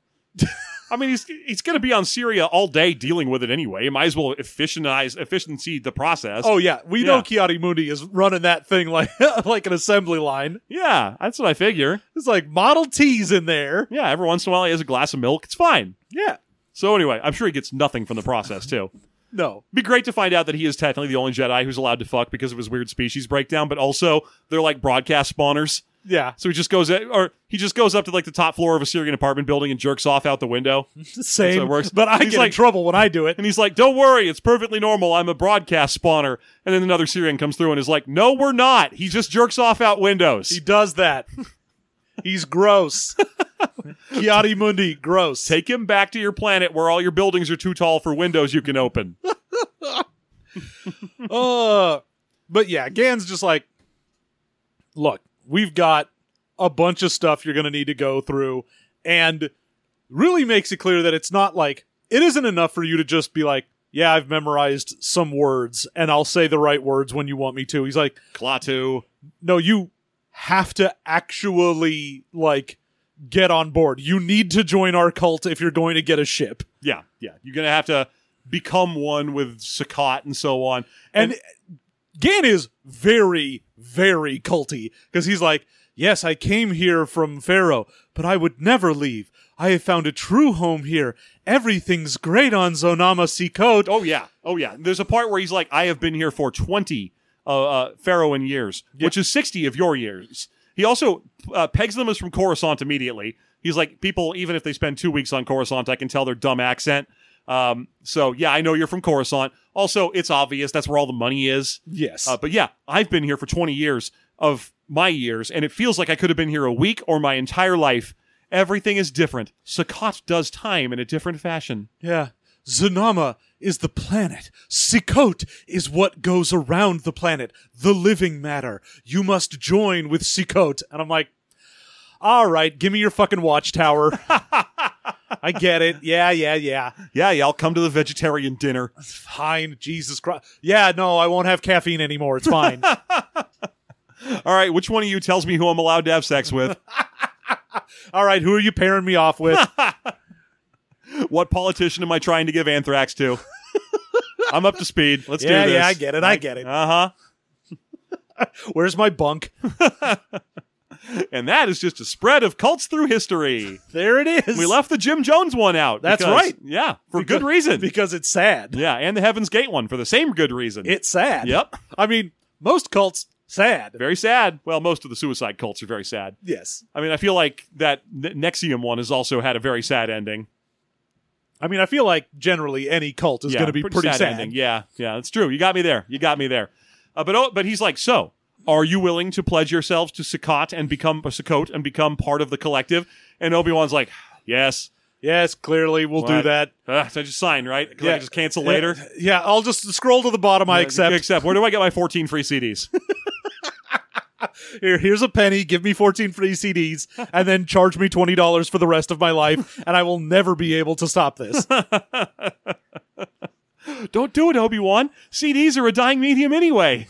I mean, he's he's going to be on Syria all day dealing with it anyway. He might as well efficientize efficiency the process.
Oh yeah. We know
Yeah.
Kiati Mooney is running that thing like *laughs* like an assembly line.
yeah, that's what I figure.
It's like Model T's in there.
Yeah, every once in a while he has a glass of milk. It's fine.
Yeah.
So anyway, I'm sure he gets nothing from the process too.
No.
Be great to find out that he is technically the only Jedi who's allowed to fuck because of his weird species breakdown, but also they're like broadcast spawners.
Yeah.
So he just goes, or he just goes up to like the top floor of a Syrian apartment building and jerks off out the window.
Same.
how it works.
But I
He's
get
like-
in trouble when I do it.
And he's like, "Don't worry, it's perfectly normal. I'm a broadcast spawner." And then another Syrian comes through and is like, "No, we're not. He just jerks off out windows."
He does that. He's
*laughs*
gross. Kiati Mundi, gross.
Take him back to your planet where all your buildings are too tall for windows you can open.
uh, but yeah, Gan's just like, look, we've got a bunch of stuff you're going to need to go through, and really makes it clear that it's not like it isn't enough for you to just be like, yeah, I've memorized some words, and I'll say the right words when you want me to. He's like,
Klaatu.
no, you have to actually like get on board. You need to join our cult if you're going to get a ship.
Yeah, yeah. You're gonna have to become one with Sakat and so on.
And Gan is very, very culty because he's like, Yes, I came here from Pharaoh, but I would never leave. I have found a true home here. Everything's great on Zonama Seacoat.
Oh yeah, oh yeah. There's a part where he's like, "I have been here for 20 uh, uh, Pharaohan years, which is 60 of your years." He also uh, pegs them as from Coruscant immediately. He's like, "People, even if they spend two weeks on Coruscant, I can tell their dumb accent." Um, so yeah, I know you're from Coruscant. Also, it's obvious that's where all the money is.
Yes.
Uh, but yeah, I've been here for 20 years of my years, and it feels like I could have been here a week or my entire life. Everything is different. Sakat does time in a different fashion.
yeah. Zonama is the planet. Seacoat is what goes around the planet, the living matter. You must join with Seacoat. And I'm like, all right, give me your fucking *laughs* watchtower. I get it. Yeah, yeah, yeah.
Yeah, y'all come to the vegetarian dinner.
fine. Jesus Christ. Yeah, no, I won't have caffeine anymore. It's *laughs* fine.
All right, which one of you tells me who I'm allowed to have sex *laughs* with?
All right, who are you pairing me off *laughs* with?
what politician am I trying to give anthrax *laughs* to? I'm up to speed. Let's
yeah,
do this.
yeah, I get it. I get it.
Uh
Where's my bunk?
huh. And that is just a spread of cults through *laughs* history.
There it is.
We left the Jim Jones one out.
That's
because-
right.
Yeah, for
Because-
good reason.
because it's sad.
yeah, and the Heaven's Gate one for the same good reason.
It's sad.
Yep.
I mean, most cults sad.
Very sad. Well, most of the suicide cults are very sad.
Yes.
I mean, I feel like that N- Nexium one has also had a very sad ending.
I mean, I feel like generally any cult is
Yeah,
going to be pretty, sad.
ending. Yeah, yeah, that's true. You got me there. You got me there. Uh, but oh, but he's like, so are you willing to pledge yourselves to Sakat and become a Sakot and become part of the collective? And Obi Wan's like, yes.
Yes, clearly we'll do
Right.
that.
Ugh, so I just sign right? 'Cause I
Yeah.
can just cancel
Yeah.
later.
Yeah, I'll just scroll to the bottom. I accept.
Except, where do I get my 14 free
*laughs*
CDs?
Here, here's a penny. Give me 14
*laughs*
free CDs, and then charge me twenty dollars for the rest of my life, and I will never be able to
*laughs*
stop this.
Don't do it, Obi Wan. CDs are a dying medium anyway.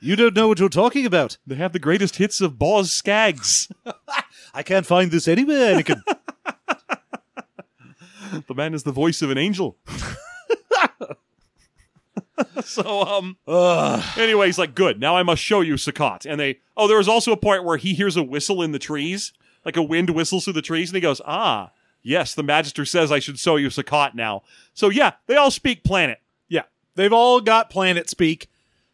You don't know what you're talking about.
They have the greatest hits of Boz Skaggs.
I can't find this
*laughs*
anywhere, Anakin.
the man is the voice of an angel. *laughs* so, um,
Ugh.
Anyway, he's like, good, now I must show you Sakat. And they, oh, there was also a point where he hears a whistle in the trees, like a wind whistles through the trees, and he goes, ah, yes, the Magister says I should show you Sakat now. So yeah, they all speak planet.
yeah, they've all got planet speak,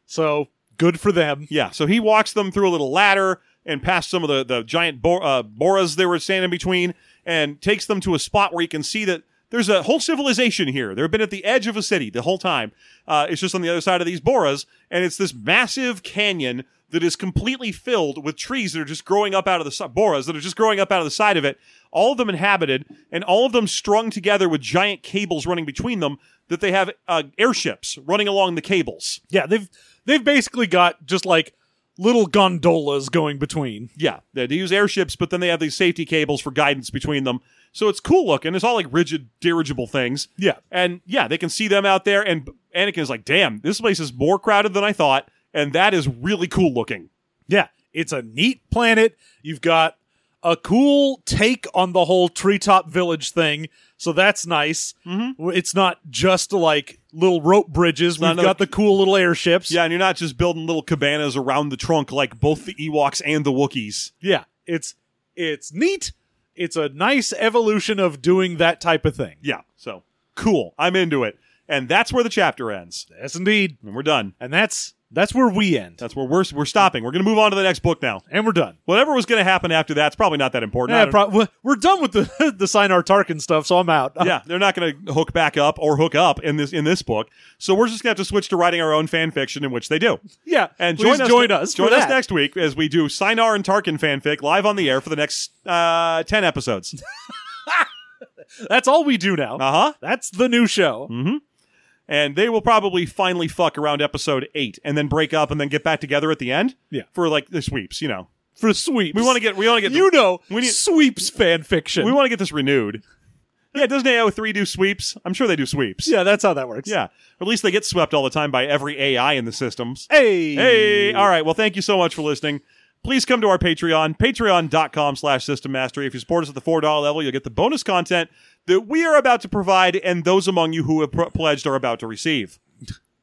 so good for them.
Yeah, so he walks them through a little ladder and past some of the, the giant bo- uh, boras they were standing between and takes them to a spot where you can see that There's a whole civilization here. They've been at the edge of a city the whole time. Uh, it's just on the other side of these boras, and it's this massive canyon that is completely filled with trees that are just growing up out of the si- boras that are just growing up out of the side of it. All of them inhabited, and all of them strung together with giant cables running between them. That they have uh, airships running along the cables.
Yeah, they've they've basically got just like little gondolas going between.
Yeah, they they use airships, but then they have these safety cables for guidance between them. So it's cool looking. It's all like rigid dirigible things.
Yeah.
and yeah, they can see them out there. And Anakin is like, "Damn, this place is more crowded than I thought, and that is really cool looking."
Yeah, it's a neat planet. You've got a cool take on the whole treetop village thing, so that's nice. Mm-hmm. It's not just like little rope bridges. We've
another-
got the cool little airships.
Yeah, and you're not just building little cabanas around the trunk like both the Ewoks and the Wookiees.
yeah. It's it's neat. It's a nice evolution of doing that type of thing.
Yeah, so cool. I'm into it, and that's where the chapter ends,
Yes, indeed.
and we're done.
And that's that's where we end,
That's where we're we're stopping. We're gonna move on to the next book now.
and we're done.
Whatever was gonna happen after that's probably not that important. I
Yeah,
don't-
prob- we- we're done with the *laughs* the Sinar Tarkin stuff, so I'm out.
*laughs* yeah, they're not going to hook back up or hook up in this in this book. So we're just going to have to switch to writing our own fan fiction, in which they do.
*laughs* yeah.
And
please
join us,
join us. for
join us
that.
next week as we do Sinar and Tarkin fanfic live on the air for the next uh, ten episodes.
*laughs* That's all we do now.
Uh huh.
That's the new show.
And they will probably finally fuck around episode eight and then break up and then get back together at the end.
Yeah.
For like the sweeps, you know.
for sweeps.
We want to get we want to get
you know
we need-
sweeps fan fiction.
we want to get this renewed. Yeah, doesn't AO3 do sweeps? I'm sure they do sweeps.
yeah, that's how that works.
Yeah. Or at least they get swept all the time by every AI in the systems.
Hey.
Hey, all right. Well, thank you so much for listening. Please come to our Patreon, patreon.com slash system mastery. If you support us at the $4 level, you'll get the bonus content that we are about to provide and those among you who have pr- pledged are about to receive.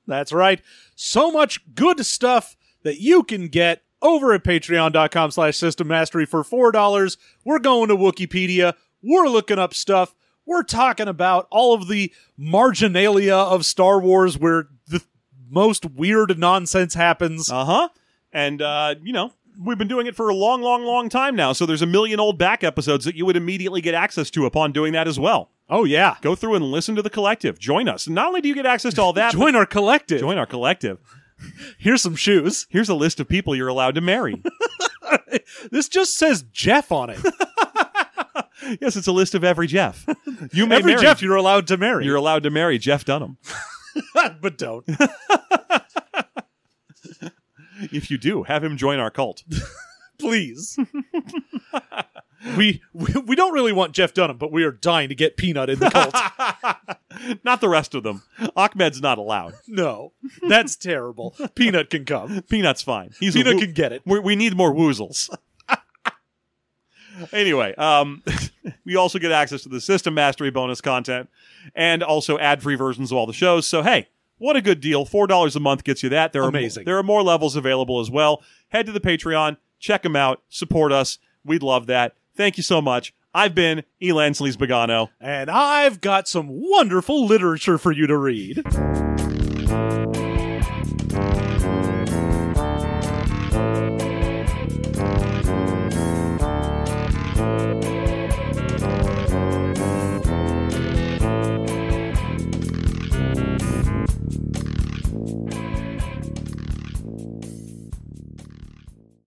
That's right. So much good stuff that you can get over at patreon.com slash system mastery for four dollars. We're going to Wikipedia. We're looking up stuff. We're talking about all of the marginalia of Star Wars where the most weird nonsense happens.
Uh huh. And, uh, you know, we've been doing it for a long, long, long time now. So there's a million old back episodes that you would immediately get access to upon doing that as well.
oh yeah.
Go through and listen to the collective. Join us. Not only do you get access to all that, but
Join our
*laughs*
collective.
join our collective.
Here's some shoes.
Here's a list of people you're allowed to *laughs* marry.
This just says Jeff on it. *laughs*
yes, it's a list of every Jeff. *laughs* You may
Every
marry
Jeff you're allowed to marry.
You're allowed to marry Jeff Dunham. *laughs*
but don't.
If you do, have him join our cult. *laughs*
Please. *laughs* we, we we don't really want Jeff Dunham, but we are dying to get Peanut in the cult.
Not the rest of them. Ahmed's not allowed.
no. That's terrible. Peanut can come.
Peanut's fine. He's a
Peanut
woo-
can get it.
we, we need more woozles. *laughs* anyway, um, *laughs* we also get access to the system mastery bonus content and also ad-free versions of all the shows. So hey, what a good deal! Four dollars a month gets you that. There are
Amazing.
there are more levels available as well. Head to the Patreon, check them out, support us. We'd love that. Thank you so much. I've been Elan Slees Bagano.
And I've got some wonderful literature for you to read.